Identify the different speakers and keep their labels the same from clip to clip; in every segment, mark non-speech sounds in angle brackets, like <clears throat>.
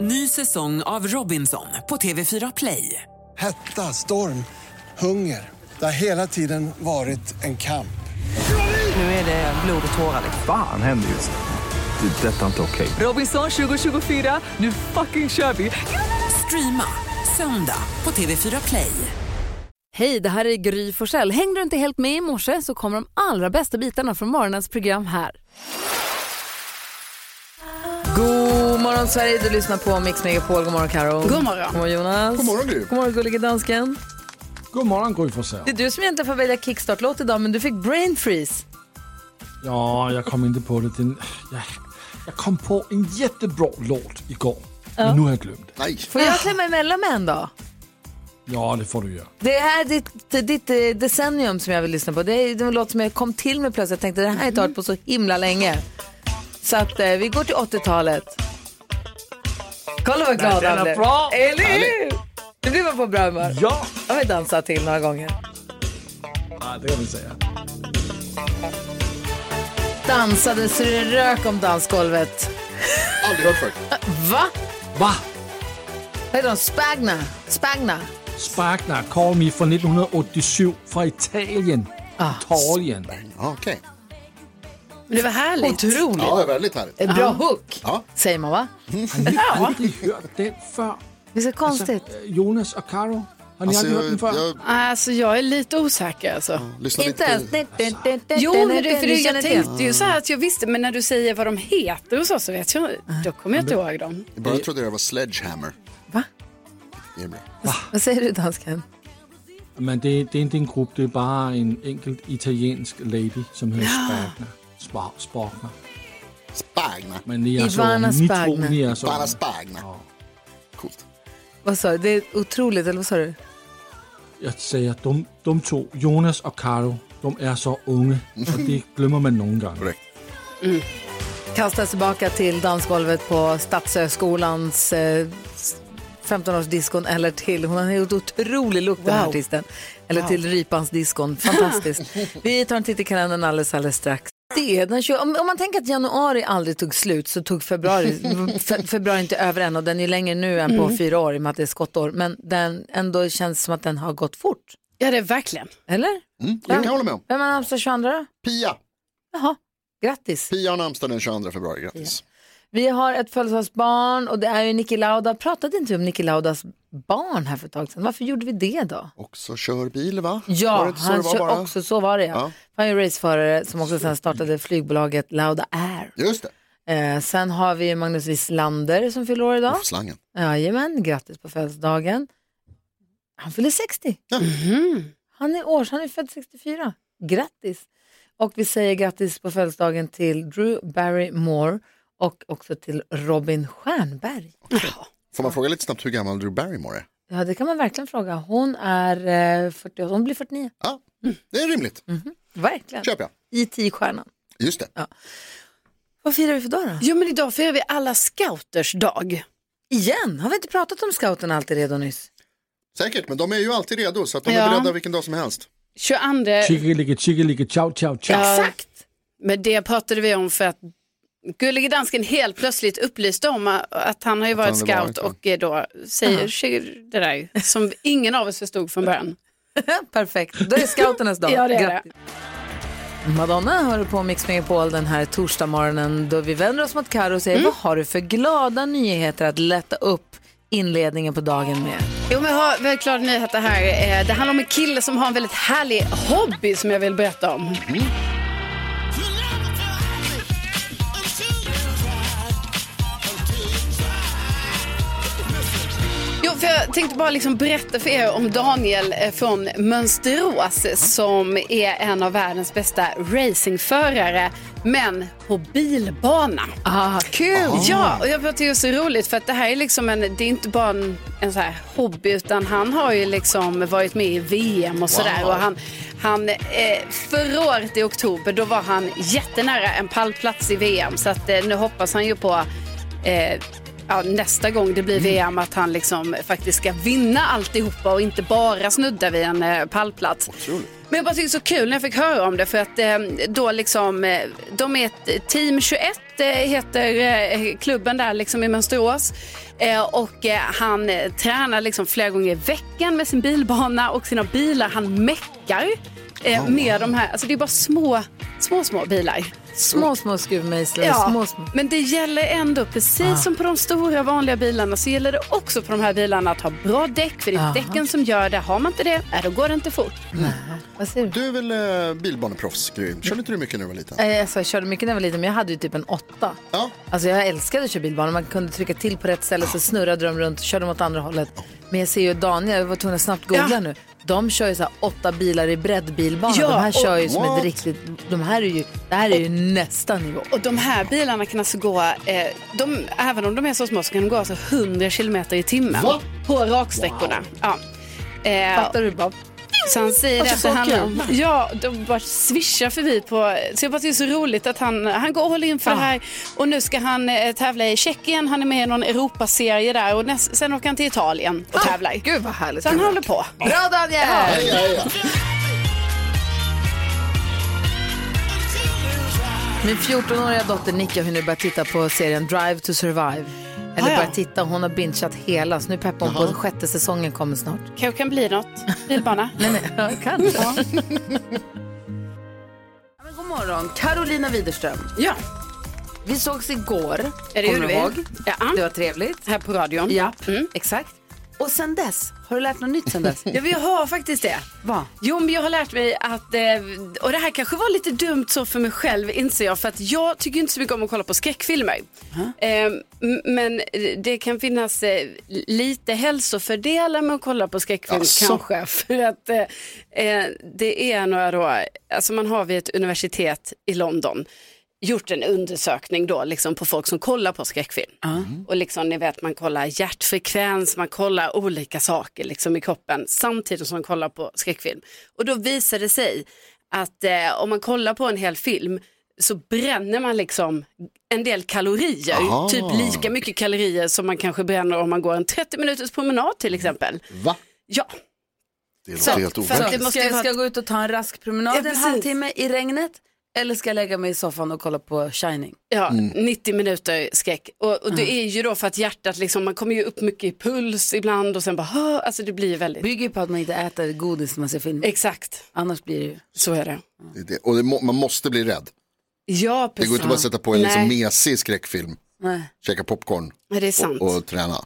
Speaker 1: Ny säsong av Robinson på TV4 Play.
Speaker 2: Hetta, storm, hunger. Det har hela tiden varit en kamp.
Speaker 1: Nu är det blod och tårar.
Speaker 3: liksom.
Speaker 4: Fan händer just nu. Det. är Detta är inte okej.
Speaker 1: Robinson 2024, nu fucking kör vi! Streama söndag på TV4 Play.
Speaker 3: Hej, det här är Gry Forssell. Hängde du inte helt med i morse så kommer de allra bästa bitarna från morgonens program här. God morgon Sverige, du lyssnar på Mix Megapol. God morgon Karo. God morgon. God morgon Jonas. God morgon Gry. God morgon gullige dansken.
Speaker 5: God morgon Gry Forssell.
Speaker 3: Det är du som egentligen får välja kickstart-låt idag men du fick brain freeze.
Speaker 5: Ja, jag kom inte på det. Den, jag, jag kom på en jättebra låt igår. Men nu har jag glömt det.
Speaker 3: Får jag klämma emellan med en dag?
Speaker 5: Ja, det får du göra.
Speaker 3: Det här är ditt, ditt eh, decennium som jag vill lyssna på. Det är det är en låt som jag kom till med plötsligt. Jag tänkte det här har jag inte hört på så himla länge. Så att eh, vi går till 80-talet. Kolla vad glad han blev.
Speaker 5: bra.
Speaker 3: Eller hur? Nu blir man på bra humör.
Speaker 5: Ja,
Speaker 3: Jag har dansat till några gånger.
Speaker 5: ja det kan vi säga.
Speaker 3: Dansade så det rök om dansgolvet. Äh,
Speaker 6: Aldrig hört förut.
Speaker 3: Va?
Speaker 5: Va?
Speaker 3: Vad heter de? Spagna? Spagna?
Speaker 5: Sparkna Call Me från 1987 från Italien. Italien.
Speaker 6: Ja, okej.
Speaker 3: Ah, Det var härligt. Otroligt.
Speaker 6: Ja, det är väldigt härligt.
Speaker 3: En bra hook,
Speaker 6: Ja.
Speaker 3: säger man va?
Speaker 5: Har ni aldrig hört den förr?
Speaker 3: Det är så konstigt.
Speaker 5: Eh, Jonas och Karo? Har ni
Speaker 6: Alltså,
Speaker 5: aldrig hört den
Speaker 6: jag,
Speaker 5: förr?
Speaker 6: jag
Speaker 7: Alltså jag är lite osäker alltså.
Speaker 6: lyssnar
Speaker 3: Inte
Speaker 6: lite
Speaker 3: ens...
Speaker 6: på...
Speaker 7: Jo, men det, för det, jag
Speaker 3: till.
Speaker 7: tänkte ju så här att jag visste, men när du säger vad de heter och så, så vet jag
Speaker 3: Mm.
Speaker 7: då kommer jag inte ihåg dem.
Speaker 6: I början trodde jag det var Sledgehammer.
Speaker 3: Va?
Speaker 6: Det är bra.
Speaker 3: Äh, Vad säger du dansken?
Speaker 5: Men det, det är inte en grupp, det är bara en enkelt italiensk lady som heter Sparkna. Spa, Sparkna.
Speaker 6: Spagna.
Speaker 5: Men ni är
Speaker 3: Ivana
Speaker 5: alltså, ni två,
Speaker 3: Sparkna.
Speaker 5: ni är alltså...
Speaker 6: Bara Spagna. Coolt.
Speaker 3: Vad sa du? Det är otroligt, eller vad sa du?
Speaker 5: Jag säger, de, de två, Jonas och Karo, de är så unga och
Speaker 6: <laughs>
Speaker 5: det glömmer man någon gång.
Speaker 6: Korrekt.
Speaker 3: Mm. kastas tillbaka till dansgolvet på Stadsöskolans eh, s- 15-årsdiskon eller till, hon har gjort otrolig look den här artisten, eller till Rypans
Speaker 7: <laughs>
Speaker 3: diskon, fantastiskt. Vi tar en titt i kalendern alldeles, alldeles strax. Det är den 20, om, om man tänker att januari aldrig tog slut så tog februari,
Speaker 7: <laughs>
Speaker 3: fe, februari inte över än och den är ju längre nu än på
Speaker 7: Mm.
Speaker 3: fyra år i och med att det är skottår, men den ändå känns som att den har gått fort,
Speaker 7: Ja, det är verkligen.
Speaker 3: eller?
Speaker 6: Mm, det kan jag hålla med om.
Speaker 3: Vem har namnsdag 22 då?
Speaker 6: Pia.
Speaker 3: Jaha, grattis.
Speaker 6: Pia har namnsdag den 22 februari. Grattis.
Speaker 3: Vi har ett födelsedagsbarn och det är ju Niki Lauda. Pratade inte vi om Niki Laudas barn här för ett tag sedan? Varför gjorde vi det då?
Speaker 6: Också kör bil, va? Var det
Speaker 3: Ja,
Speaker 6: inte så
Speaker 3: han
Speaker 6: det var
Speaker 3: kör
Speaker 6: bara?
Speaker 3: också, så var det ja.
Speaker 6: Ja.
Speaker 3: Han är ju raceförare som också sen startade flygbolaget Lauda Air.
Speaker 6: Just det.
Speaker 3: Eh, sen har vi ju Magnus Wislander som fyller år idag.
Speaker 6: Uff, Slangen.
Speaker 3: Jajamän, grattis på födelsedagen. Han fyller 60.
Speaker 7: Mhm.
Speaker 3: Han är års, han är född 64. Grattis! Och vi säger grattis på födelsedagen till Drew Barrymore och också till Robin Stjernberg.
Speaker 6: Får man fråga lite snabbt hur gammal Drew Barrymore är?
Speaker 3: Ja, det kan man verkligen fråga. Hon är eh, 40, hon blir 49.
Speaker 6: Ja, det är rimligt.
Speaker 7: Mm.
Speaker 3: Verkligen.
Speaker 6: Köper jag.
Speaker 3: I 10-stjärnan.
Speaker 6: Just det.
Speaker 3: Vad firar vi för dag då?
Speaker 7: Jo, men idag firar vi alla scouters dag.
Speaker 3: Igen? Har vi inte pratat om scouten alltid redan nyss?
Speaker 6: Säkert, men de är ju alltid redo så att de är
Speaker 7: Ja.
Speaker 6: beredda vilken dag som helst.
Speaker 7: 22,
Speaker 5: Chickelike, chickelike, ciao, ciao, ciao.
Speaker 3: Exakt!
Speaker 7: men det pratade vi om för att Gullige dansken helt plötsligt upplyste om a- att han har ju varit
Speaker 6: han hade varit
Speaker 7: scout och eh, då säger tjur- det där ju, som ingen av oss förstod från början.
Speaker 3: <laughs> Perfekt. Då är det scouternas dag.
Speaker 7: <laughs> Ja, det är det.
Speaker 3: Grattis. Madonna hör du på Mix Megapol den här torsdagsmorgonen då vi vänder oss mot Karo och säger
Speaker 7: Mm.
Speaker 3: vad har du för glada nyheter att lätta upp inledningen på dagen med?
Speaker 7: Jo, men jag har väldigt glada nyheter här. Eh, Det handlar om en kille som har en väldigt härlig hobby som jag vill berätta om.
Speaker 3: Mm.
Speaker 7: Jo, för jag tänkte bara liksom berätta för er om Daniel eh, från Mönsterås som är en av världens bästa racingförare, men på bilbana.
Speaker 3: Ah, kul!
Speaker 7: Ja, och jag tycker det är så roligt för att det här är liksom en, det är inte bara en, en så här hobby utan han har ju liksom varit med i VM och sådär. Och han, han, eh, förra året i oktober då var han jättenära en pallplats i VM så att eh, nu hoppas han ju på eh, ja, nästa gång det
Speaker 3: Mm.
Speaker 7: blir VM att han liksom faktiskt ska vinna alltihopa och inte bara snudda vid en eh, pallplats. Men jag bara tyckte det var så kul när jag fick höra om det för att eh, då liksom, eh, de är ett team 21 eh, heter eh, klubben där liksom i Mönsterås eh, och eh, han eh, tränar liksom flera gånger i veckan med sin bilbana och sina bilar. Han meckar eh, med de här, alltså det är bara små, små, små bilar.
Speaker 3: Små, små skruvmejslar.
Speaker 7: Ja,
Speaker 3: Små, små. Ah.
Speaker 7: men det gäller ändå, precis som på de stora vanliga bilarna, så gäller det också på de här bilarna att ha bra däck, för det är
Speaker 3: Ah.
Speaker 7: däcken som gör det. Har man inte det, nej, då går det inte fort.
Speaker 3: Vad säger du?
Speaker 6: Du är väl eh, bilbaneproffs, Gry? Körde
Speaker 7: Mm.
Speaker 6: inte du mycket när du var liten?
Speaker 3: Eh, Alltså, jag körde mycket när jag var liten, men jag hade ju typ en åtta.
Speaker 6: Ja.
Speaker 3: Alltså, jag älskade att köra bilbanor. Man kunde trycka till på rätt ställe, så snurrade de runt och körde de åt andra hållet. Men jag ser ju Daniel, jag var tvungen att snabbt googla
Speaker 7: Ja.
Speaker 3: nu. De kör ju så här åtta bilar i breddbilbana.
Speaker 7: Ja,
Speaker 3: de här kör ju
Speaker 7: och-
Speaker 3: som ett
Speaker 6: What?
Speaker 3: riktigt... De här är ju, det här är ju nästa nivå.
Speaker 7: Och de här bilarna kan alltså gå, eh, de, även om de är så små, så kan de gå alltså 100 kilometer i timmen
Speaker 6: Va?
Speaker 7: på raksträckorna. Ja. Eh,
Speaker 3: Fattar du Bob?
Speaker 7: så han säger
Speaker 6: Alltså,
Speaker 7: att det
Speaker 6: så
Speaker 7: handlar om...
Speaker 6: kul.
Speaker 7: Ja, de bara svischar förbi på... Så jag bara tycker det är så roligt att han, han går all in för det här. Och nu ska han eh, tävla i Tjeckien, han är med i någon Europaserie där och näst, sen åker han till Italien och tävlar.
Speaker 3: Ah, Gud vad härligt.
Speaker 7: Så han håller på.
Speaker 3: Bra Daniel!
Speaker 6: Ja, ja.
Speaker 3: Min 14-åriga dotter Nicka har nu börjat titta på serien Drive to Survive. Eller
Speaker 7: Ah, ja.
Speaker 3: börjat titta, hon har bingeat hela. Så nu peppar hon på att sjätte säsongen kommer snart.
Speaker 7: Kanske kan bli något.
Speaker 3: <laughs>
Speaker 7: Bilbana.
Speaker 3: Ja, kanske. Ja, men God morgon, Carolina Widerström.
Speaker 7: ja,
Speaker 3: Vi sågs igår.
Speaker 7: är det
Speaker 3: Kommer
Speaker 7: ju
Speaker 3: du ihåg?
Speaker 7: Ja,
Speaker 3: Det var trevligt.
Speaker 7: här på radion.
Speaker 3: Ja,
Speaker 7: Mm.
Speaker 3: exakt. Och sen dess, har du lärt något nytt sen <laughs> dess?
Speaker 7: Ja, vi har faktiskt det.
Speaker 3: Va?
Speaker 7: Jo, men jag har lärt mig att, eh, och det här kanske var lite dumt så för mig själv inser jag, för att jag tycker inte så mycket om att kolla på skräckfilmer. Eh, m- men det kan finnas eh, lite hälsofördelar med att kolla på skräckfilm
Speaker 6: Asså?
Speaker 7: kanske. <laughs> För att eh, eh, det är några då, alltså man har vid ett universitet i London gjort en undersökning då liksom på folk som kollar på skräckfilm.
Speaker 6: Mm.
Speaker 7: Och liksom ni vet man kollar hjärtfrekvens, man kollar olika saker liksom i kroppen samtidigt som man kollar på skräckfilm. Och då visar det sig att eh, om man kollar på en hel film så bränner man liksom en del kalorier,
Speaker 6: Aha.
Speaker 7: typ lika mycket kalorier som man kanske bränner om man går en 30 minuters promenad till exempel.
Speaker 6: Va?
Speaker 7: Ja,
Speaker 6: Det låter
Speaker 7: Så,
Speaker 6: helt
Speaker 7: för att
Speaker 6: overkligt.
Speaker 7: det måste
Speaker 3: ska,
Speaker 7: ju
Speaker 3: jag,
Speaker 7: vara-
Speaker 3: ska jag gå ut och ta en rask promenad
Speaker 7: Ja,
Speaker 3: en
Speaker 7: precis.
Speaker 3: halvtimme i regnet? Eller ska jag lägga mig i soffan och kolla på Shining? Mm.
Speaker 7: Ja,
Speaker 6: Mm.
Speaker 7: 90 minuter skräck. Och, och det är ju då för att hjärtat liksom, man kommer ju upp mycket i puls ibland och sen bara, "Hö", alltså det blir ju väldigt.
Speaker 3: Bygger ju på att man inte äter godis när man ser film.
Speaker 7: Exakt,
Speaker 3: Annars blir det ju...
Speaker 7: så är det.
Speaker 6: Det är det. Och det må, man måste bli rädd.
Speaker 7: Ja,
Speaker 6: Det
Speaker 7: precis.
Speaker 6: går inte bara att sätta på en liksom
Speaker 7: Nej.
Speaker 6: mesig skräckfilm,
Speaker 3: Nej.
Speaker 6: käka popcorn
Speaker 7: Ja, det är sant.
Speaker 6: och träna.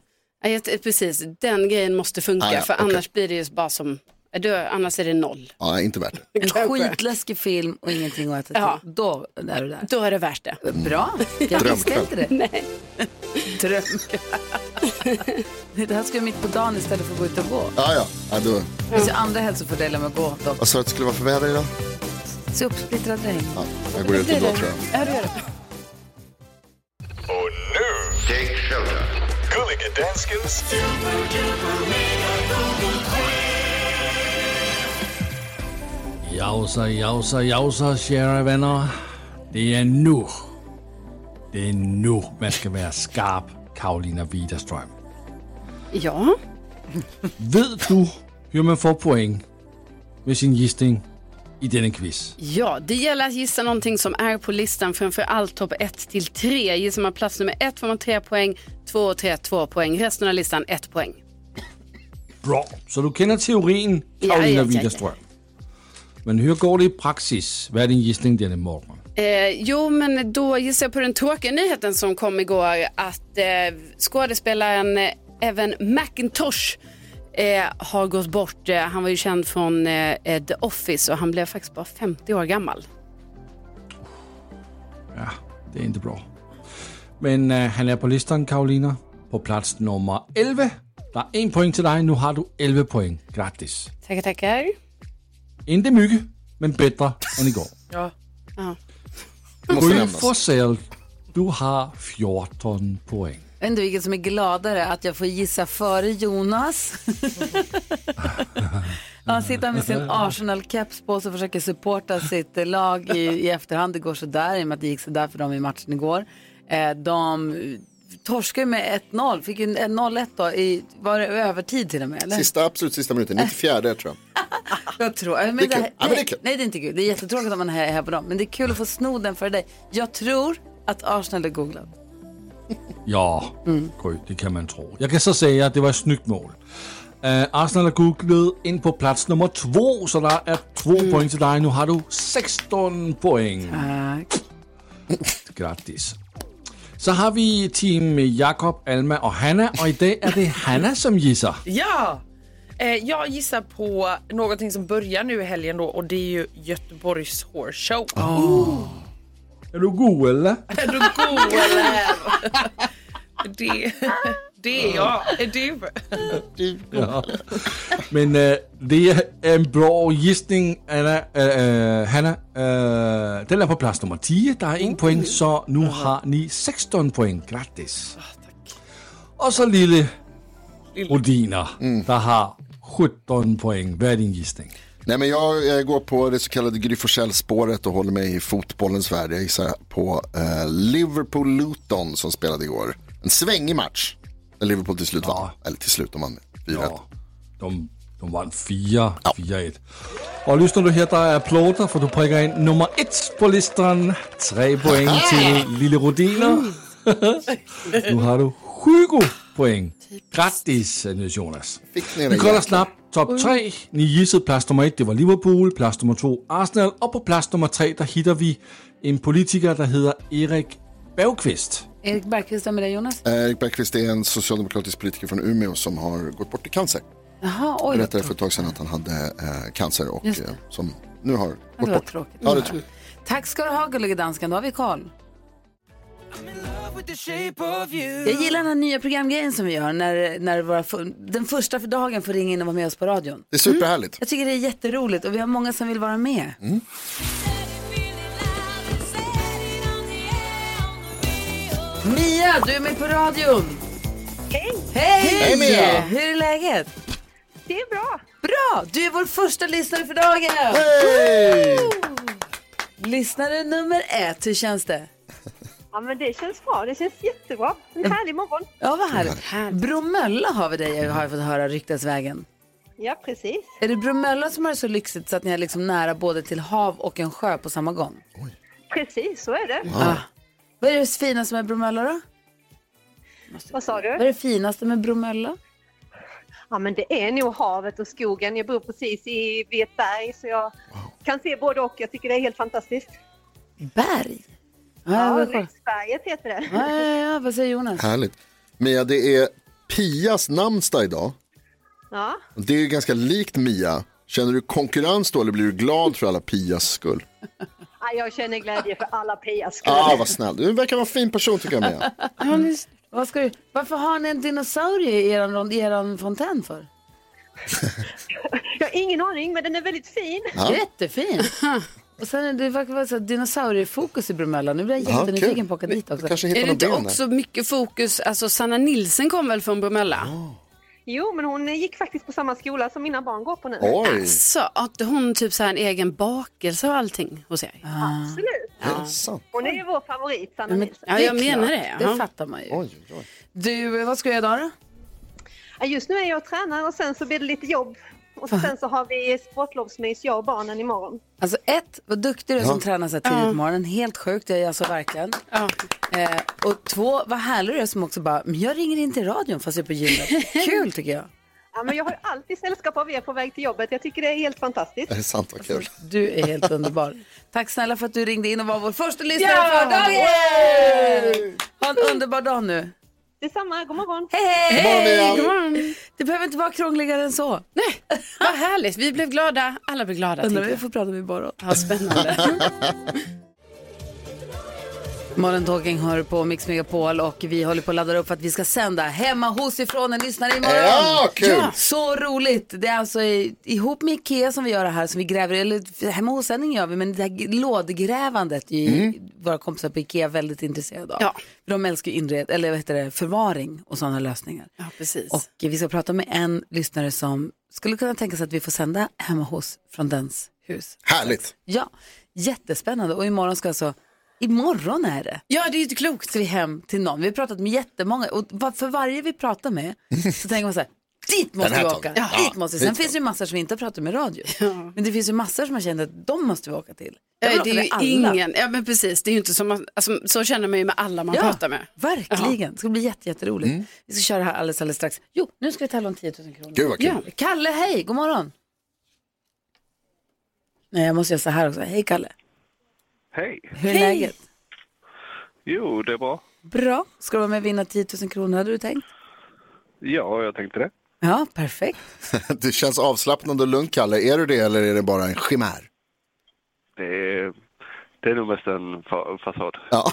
Speaker 7: Ja, jag- precis, den grejen måste funka
Speaker 6: Ah, ja,
Speaker 7: för
Speaker 6: okej.
Speaker 7: annars blir det ju bara som, då, annars är det noll.
Speaker 6: Ja, inte värt det.
Speaker 3: En skitläskig film och ingenting att äta
Speaker 7: Ja.
Speaker 3: till. Då är du där. Mm.
Speaker 7: Då är det värt det.
Speaker 3: Bra, jag visste
Speaker 6: Drömkväll.
Speaker 3: inte det. <laughs> Dröm. det här ska ju mitt på dagen istället för att gå ut och gå.
Speaker 6: Ja, ja. ja då.
Speaker 3: Det finns ju andra hälsofördelar med att gå. Då.
Speaker 6: Vad sa du att det skulle vara för väder idag?
Speaker 3: Se uppsplittrad regn.
Speaker 6: Ja, jag går ut ändå tror jag.
Speaker 8: Och nu, Take Shelter. Gulliga Danskens
Speaker 5: Jausa, jausa, jausa, kära vänner. Det är nu. Det är nu man ska vara skarp, Karolina Widerström.
Speaker 7: Ja,
Speaker 5: Vet du hur man får poäng med sin gissning i denna quiz?
Speaker 7: ja, det gäller att gissa någonting som är på listan, framför allt topp 1 till 3. Gissar man plats nummer 1 får man 3 poäng, 2 och 3 2 poäng, resten av listan 1 poäng.
Speaker 5: Bra, så du känner teorin, Karolina
Speaker 7: Ja, ja, ja, ja.
Speaker 5: Widerström. Men hur går det i praxis? Vad är din gissning denna morgon?
Speaker 7: Eh, jo, men då gissar jag på den tråkiga nyheten som kom igår att eh, skådespelaren eh, Evan McIntosh eh, har gått bort. Eh, han var ju känd från eh, eh, The Office och han blev faktiskt bara 50 år gammal.
Speaker 5: Ja, det är inte bra. Men eh, han är på listan, Karolina. På plats nummer 11. Det är en poäng till dig. Nu har du 11 poäng. Grattis.
Speaker 7: Tackar, tackar.
Speaker 5: Inte mycket, men bättre än igår.
Speaker 6: Det måste
Speaker 5: Gry
Speaker 6: nämnas.
Speaker 5: Forssell, du har 14 poäng.
Speaker 3: Jag vet inte vilket som är gladare, att jag får gissa före
Speaker 6: <laughs>
Speaker 3: Jonas. Han sitter med sin Arsenal-keps på sig och försöker supporta sitt eh, lag i, i efterhand. Det går sådär i och med att det gick sådär för dem i matchen igår. Eh, de torskade med 1-0, fick ju en 0-1 då, i, var det övertid till och med? Eller?
Speaker 6: Sista, absolut sista minuten, 94 tror jag.
Speaker 3: Jag tror, men
Speaker 6: Det är
Speaker 3: det här,
Speaker 6: kul. Ja, men det är
Speaker 3: nej,
Speaker 6: kul.
Speaker 3: nej, det är inte kul. Det är jättetråkigt om man är här på dem. Men det är kul att få sno den för dig. Jag tror att Arsenal är googlad.
Speaker 5: Ja, Gry, det kan man tro. Jag kan så säga att det var ett snyggt mål. Eh, Arsenal har googlat in på plats nummer två, så där är två poäng till dig. Nu har du 16 poäng. Grattis. Så har vi team Jakob, Alma och Hanna och idag är det Hanna som gissar.
Speaker 9: Ja! Eh, jag gissar på någonting som börjar nu i helgen då och det är ju Göteborgs Horse Show.
Speaker 6: Ah.
Speaker 3: Mm.
Speaker 5: Är du god eller?
Speaker 9: Är du god eller? det, det är jag. Är du?
Speaker 5: Men eh, det är en bra gissning, Anna, eh, Hanna. Eh, den är på plats nummer 10. Det är en poäng, så nu har ni 16 poäng. Grattis! Och så Ah, lille Odina, mm. der har 17 poäng. Vad är din gissning?
Speaker 6: Nej, men jag, eh, går på det så kallade Gry Forssell-spåret och håller mig i fotbollens värld. Jag gissar på eh, Liverpool-Luton som spelade igår. En svängig match. När Liverpool till slut vann. Eller till slut, de vann med 4-1.
Speaker 5: Ja, de, de vann 4, 4-1. Och lyssnar du här, där är applåder för du prickar in nummer ett på listan. Tre poäng till Lille Rodina. <laughs> nu har du 20 poäng. Grattis, Nils Jonas.
Speaker 6: Fick ni
Speaker 5: Vi
Speaker 6: det?
Speaker 5: kollar snabbt top 3. Ni gissede plads nummer 1, det var Liverpool. Plads nummer 2, Arsenal. Og på plads nummer 3, der hitter vi en politiker, der hedder Erik Bergqvist.
Speaker 3: Erik Bergqvist, vem är det Jonas?
Speaker 6: Eh, Erik Bergqvist är en socialdemokratisk politiker från Umeå som har gått bort i cancer.
Speaker 3: Jaha,
Speaker 6: Jag
Speaker 3: oj.
Speaker 6: berättade för ett tag sedan att han hade eh, cancer och
Speaker 3: Just det.
Speaker 6: eh, som nu har
Speaker 3: Det
Speaker 6: gått
Speaker 3: var
Speaker 6: bort.
Speaker 3: tråkigt.
Speaker 6: Ja, det tror jag.
Speaker 3: Tack ska du ha, gullige dansken. Då har vi koll. Jag gillar den här nya programgrejen som vi gör när, när våra, fu- den första för dagen får ringa in och vara med oss på radion.
Speaker 6: Det är superhärligt.
Speaker 3: Jag tycker det är jätteroligt och vi har många som vill vara med. Mia, du är med på radion. Hej! Hej!
Speaker 6: Hej, Mia.
Speaker 3: Hur är läget?
Speaker 10: Det är bra.
Speaker 3: Bra! Du är vår första lyssnare för dagen.
Speaker 6: Hej!
Speaker 3: Lyssnare nummer ett, hur känns det?
Speaker 10: Ja, men det känns bra. Det känns jättebra. En härlig morgon.
Speaker 3: Ja, vad härligt. Bromölla har vi dig, har jag fått höra ryktesvägen.
Speaker 10: Ja, precis.
Speaker 3: Är det Bromölla som har det så lyxigt så att ni är liksom nära både till hav och en sjö på samma gång?
Speaker 10: Precis, så är det.
Speaker 3: Ah. Vad är det finaste med Bromölla då?
Speaker 10: Vad sa
Speaker 3: Vad är
Speaker 10: du?
Speaker 3: det finaste med Bromölla?
Speaker 10: Ja, men det är nog havet och skogen. Jag bor precis i vid ett berg, så jag kan se både och. Jag tycker det är helt fantastiskt.
Speaker 3: Berg? Ja,
Speaker 10: Ja,
Speaker 3: vad skönt.
Speaker 10: Riksberget heter det.
Speaker 3: ja, ja, ja, vad säger Jonas?
Speaker 6: Härligt. Mia, det är Pias namnsdag idag.
Speaker 10: Ja.
Speaker 6: Det är ju ganska likt Mia. Känner du konkurrens då eller blir du glad för alla Pias skull?
Speaker 10: Ja, Jag känner glädje för alla Pias skull.
Speaker 6: Ah, vad snäll. Du verkar vara en fin person tycker jag
Speaker 3: <laughs>
Speaker 6: Mia.
Speaker 3: Vad ska du, varför har ni en dinosaurie i er, rond- i er fontän för?
Speaker 10: <laughs> Jag har ingen aning, men den är väldigt fin. <laughs>
Speaker 3: Jättefin! Och sen är det verkar vara så här dinosauriefokus i Bromölla. Nu blir jag
Speaker 6: Ja,
Speaker 3: jättenyfiken
Speaker 6: kul.
Speaker 3: på att åka dit också.
Speaker 6: Du kanske
Speaker 7: Är
Speaker 6: hittar
Speaker 7: det
Speaker 6: någon
Speaker 7: inte
Speaker 6: ben där.
Speaker 7: också mycket fokus, alltså Sanna Nilsen kom väl från Bromölla?
Speaker 10: Jo, men hon gick faktiskt på samma skola som mina barn går på nu.
Speaker 6: Oj,
Speaker 7: Alltså, att hon typ så här en egen bakelse och allting hos er?
Speaker 10: Absolut.
Speaker 6: är det sant?
Speaker 10: Hon är ju vår favorit, Sanna
Speaker 3: Ah. Ja, men-
Speaker 10: Nilsson.
Speaker 7: Ja, jag
Speaker 3: är
Speaker 7: menar
Speaker 3: klart.
Speaker 7: det,
Speaker 3: Det
Speaker 7: ja.
Speaker 3: fattar man ju.
Speaker 6: Oj, oj, oj.
Speaker 3: Du, eh, vad ska jag göra idag då?
Speaker 10: Ja, Just nu är jag tränare och sen så blir det lite jobb. Och sen så har vi sportlovsmys, jag och barnen imorgon.
Speaker 3: Alltså ett, vad duktig du är som tränar så här tidigt på morgonen. Helt sjukt, det är jag alltså verkligen.
Speaker 7: Ja.
Speaker 3: Eh, och två, vad härlig du är som också bara, men jag ringer in till radion fast jag är
Speaker 7: <laughs>
Speaker 3: på gymmet. Kul tycker jag.
Speaker 10: Ja, men jag har ju alltid sällskap av er på väg till jobbet. Jag tycker det är helt fantastiskt.
Speaker 6: Är det sant? Vad kul.
Speaker 3: Du är helt underbar. Tack snälla för att du ringde in och var vår första lyssnare
Speaker 7: Ja!
Speaker 3: för dagen! Ha en underbar dag nu.
Speaker 10: Detsamma, god morgon!
Speaker 3: Hej!
Speaker 6: Mia.
Speaker 3: Det behöver inte vara krångligare än så.
Speaker 7: Nej, vad härligt. Vi blev glada, alla blev glada.
Speaker 3: Undrar
Speaker 7: tänkte
Speaker 3: vad
Speaker 7: jag.
Speaker 3: vi får prata med imorgon.
Speaker 7: Ja, spännande.
Speaker 3: <laughs> Morgon Talking hör på Mix Megapol och vi håller på att ladda upp för att vi ska sända hemma hos ifrån en lyssnare imorgon.
Speaker 6: Ja, kul!
Speaker 3: så roligt! Det är alltså i- ihop med Ikea som vi gör det här som vi gräver, eller hemma hos sändning gör vi, men det här g- lådgrävandet är ju
Speaker 6: Mm.
Speaker 3: våra kompisar på Ikea väldigt intresserade av.
Speaker 7: Ja.
Speaker 3: För de älskar ju inred, eller vad heter det, förvaring och sådana lösningar.
Speaker 7: Ja, precis.
Speaker 3: Och vi ska prata med en lyssnare som skulle kunna tänka sig att vi får sända hemma hos från dens hus.
Speaker 6: Härligt.
Speaker 3: Ja, jättespännande. Och imorgon ska alltså, imorgon är det.
Speaker 7: Ja, det är ju inte klokt. <laughs>
Speaker 3: Så vi hem till någon. Vi har pratat med jättemånga och va- för varje vi pratar med så tänker man så här, Dit måste
Speaker 6: Den här
Speaker 3: vi åka.
Speaker 6: tåget. Ja.
Speaker 3: Dit måste vi. Sen
Speaker 6: Dit
Speaker 3: finns det ju massor som vi inte har pratat
Speaker 7: <laughs>
Speaker 3: med radio. Men det finns ju massor som man känner att de måste vi åka till. Jag vill
Speaker 7: Nej, det
Speaker 3: åka
Speaker 7: är ju
Speaker 3: till alla.
Speaker 7: ingen, ja men precis, det är ju inte som, man- alltså, så känner man ju med alla man
Speaker 3: Ja.
Speaker 7: pratar med.
Speaker 3: Verkligen. Det ska bli jätte- jätteroligt.
Speaker 7: Mm.
Speaker 3: Vi ska köra det här alldeles, alldeles strax. Jo, nu ska vi tävla om 10 000 kronor.
Speaker 6: Gud vad kul.
Speaker 7: Ja.
Speaker 3: Kalle, hej, god morgon. Nej, jag måste göra så här också. Hej Kalle,
Speaker 8: Hej.
Speaker 3: hur är läget?
Speaker 8: Jo, det är bra.
Speaker 3: Bra. Ska du vara med och vinna 10 000 kronor hade du tänkt?
Speaker 8: Ja, jag tänkte det.
Speaker 3: Ja, perfekt.
Speaker 6: <laughs> Det känns avslappnande och lugnt, Kalle. Är du det eller är det bara en chimär?
Speaker 8: Det är, det är nog mest en fa- fasad.
Speaker 6: <laughs> Ja.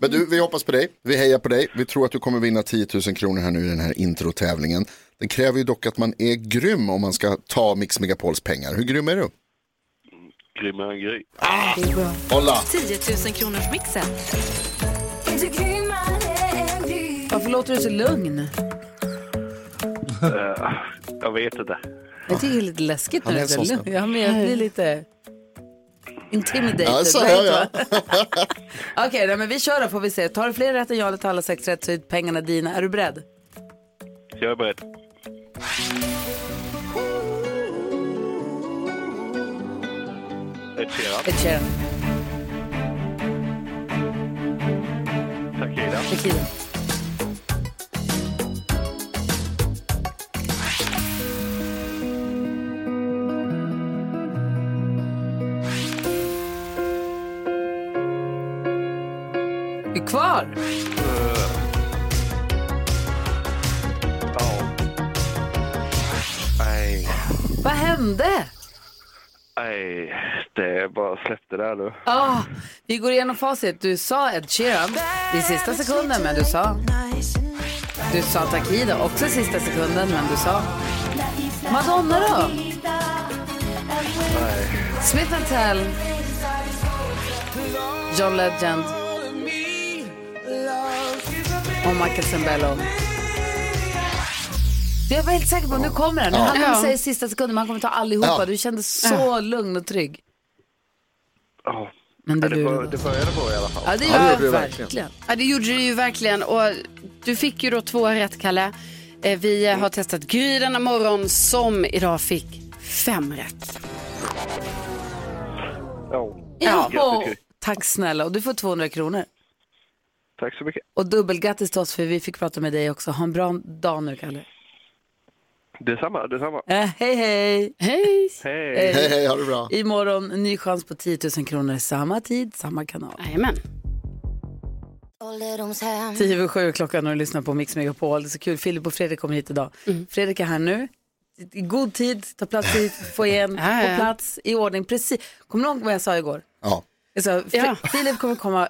Speaker 6: Men du, vi hoppas på dig. Vi hejar på dig. Vi tror att du kommer vinna 10 000 kronor här nu i den här introtävlingen. Den kräver ju dock att man är grym om man ska ta Mix Megapols pengar. Hur grym är du?
Speaker 8: Grymmare än Gry.
Speaker 5: Ah!
Speaker 6: Hola!
Speaker 11: 10 000 kronors mixen.
Speaker 3: Varför låter du så lugn?
Speaker 8: Eh, jag vet inte.
Speaker 3: Jag tycker det är lite läskigt när
Speaker 6: Han
Speaker 3: du
Speaker 6: är
Speaker 3: är så
Speaker 6: en sån
Speaker 3: lugn. Ja, men jag blir lite intimidated.
Speaker 6: Ja, så
Speaker 3: right,
Speaker 6: hör jag.
Speaker 3: va? <laughs> Okej, då, men vi kör då får vi se. Tar du fler rätt än jag eller tar alla sex rätt så är pengarna dina. Är du beredd?
Speaker 8: Jag är beredd. Ett Sheeran.
Speaker 3: Ed Sheeran,
Speaker 8: Takida.
Speaker 3: Shakira, Du är kvar!
Speaker 8: Ja.
Speaker 6: Nej.
Speaker 3: Vad hände?
Speaker 8: Nej, det är bara släpp det där nu.
Speaker 3: Ah, vi går igenom facit. Du sa Ed Sheeran i sista sekunden, men du sa... Du sa Takida också i sista sekunden, men du sa... Madonna då? Smith Tell. John Legend.
Speaker 6: Oh,
Speaker 3: Och Michael Zembello. Jag var helt säker på att nu kommer den. Nu hann
Speaker 7: Ja.
Speaker 3: han säga i sista sekunden, men han kommer ta allihopa.
Speaker 6: Ja.
Speaker 3: Du kände så lugn och trygg.
Speaker 8: Ja.
Speaker 3: Men du
Speaker 8: Det, bör,
Speaker 3: lurade.
Speaker 8: det började bra i alla fall.
Speaker 3: Ja, det
Speaker 6: det
Speaker 3: gör
Speaker 6: gjorde
Speaker 3: jag
Speaker 6: du
Speaker 3: verkligen.
Speaker 7: Ja, det gjorde du ju verkligen. Och du fick ju då två rätt, Kalle. Eh, Vi eh, har testat Gry denna morgon som idag fick fem rätt.
Speaker 8: Ja.
Speaker 3: Ja.
Speaker 8: Grattis, Gry.
Speaker 3: Tack snälla. Och du får 200 kronor.
Speaker 8: Tack så mycket.
Speaker 3: Och dubbelgrattis till oss för vi fick prata med dig också. Ha en bra dag nu, Kalle.
Speaker 8: Detsamma, detsamma.
Speaker 3: Eh, hej, hej! Hej!
Speaker 8: Hej.
Speaker 6: Hej, hej, ha det bra.
Speaker 3: Imorgon, ny chans på 10 000 kronor. Samma tid, samma kanal.
Speaker 7: Jajamän.
Speaker 3: 10 över 7 klockan och du lyssnar på Mix Megapol. Det är så kul. Filip och Fredrik kommer hit idag.
Speaker 7: Mm.
Speaker 3: Fredrik är här nu. I god tid, ta plats i foajén,
Speaker 7: <laughs> Ja, ja.
Speaker 3: på plats, i ordning. Precis. Kommer du ihåg vad jag sa igår?
Speaker 6: Ja.
Speaker 3: Jag sa, Fri-
Speaker 7: Ja.
Speaker 3: Filip kommer komma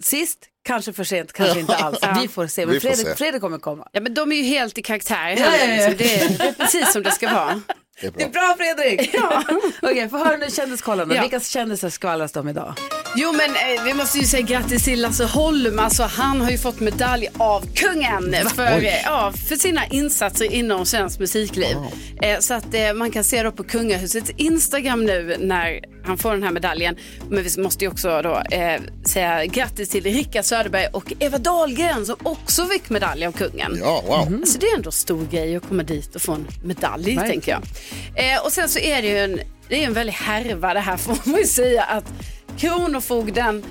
Speaker 3: sist, kanske för sent, kanske inte alls. Vi får se, men
Speaker 6: Vi får
Speaker 3: Fredrik,
Speaker 6: se.
Speaker 3: Fredrik kommer komma.
Speaker 7: Ja, men de är ju helt i karaktär. här.
Speaker 3: Ja, ja, ja.
Speaker 7: Liksom. Det, är, det är precis som det ska vara.
Speaker 6: Det är bra.
Speaker 3: Det är bra Fredrik! Ja. <laughs> Okej, få höra nu kändiskollen.
Speaker 7: Ja.
Speaker 3: Vilka kändisar skvallras de idag?
Speaker 7: Jo, men eh, vi måste ju säga grattis till Lasse Holm. Alltså, han har ju fått medalj av kungen för, eh, ja, för sina insatser inom svenskt musikliv. Eh, så att eh, man kan se då på kungahusets Instagram nu när han får den här medaljen. Men vi måste ju också då eh, säga grattis till Rickard Söderberg och Eva Dahlgren som också fick medalj av kungen.
Speaker 6: Ja, wow.
Speaker 3: Mm-hmm. Alltså,
Speaker 7: Så det är ändå stor grej att komma dit och få en medalj,
Speaker 3: Verkligen.
Speaker 7: tänker jag. Eh, och sen så är det ju en, det är ju en väldigt härva det här, <laughs> får man ju säga, att Kronofogden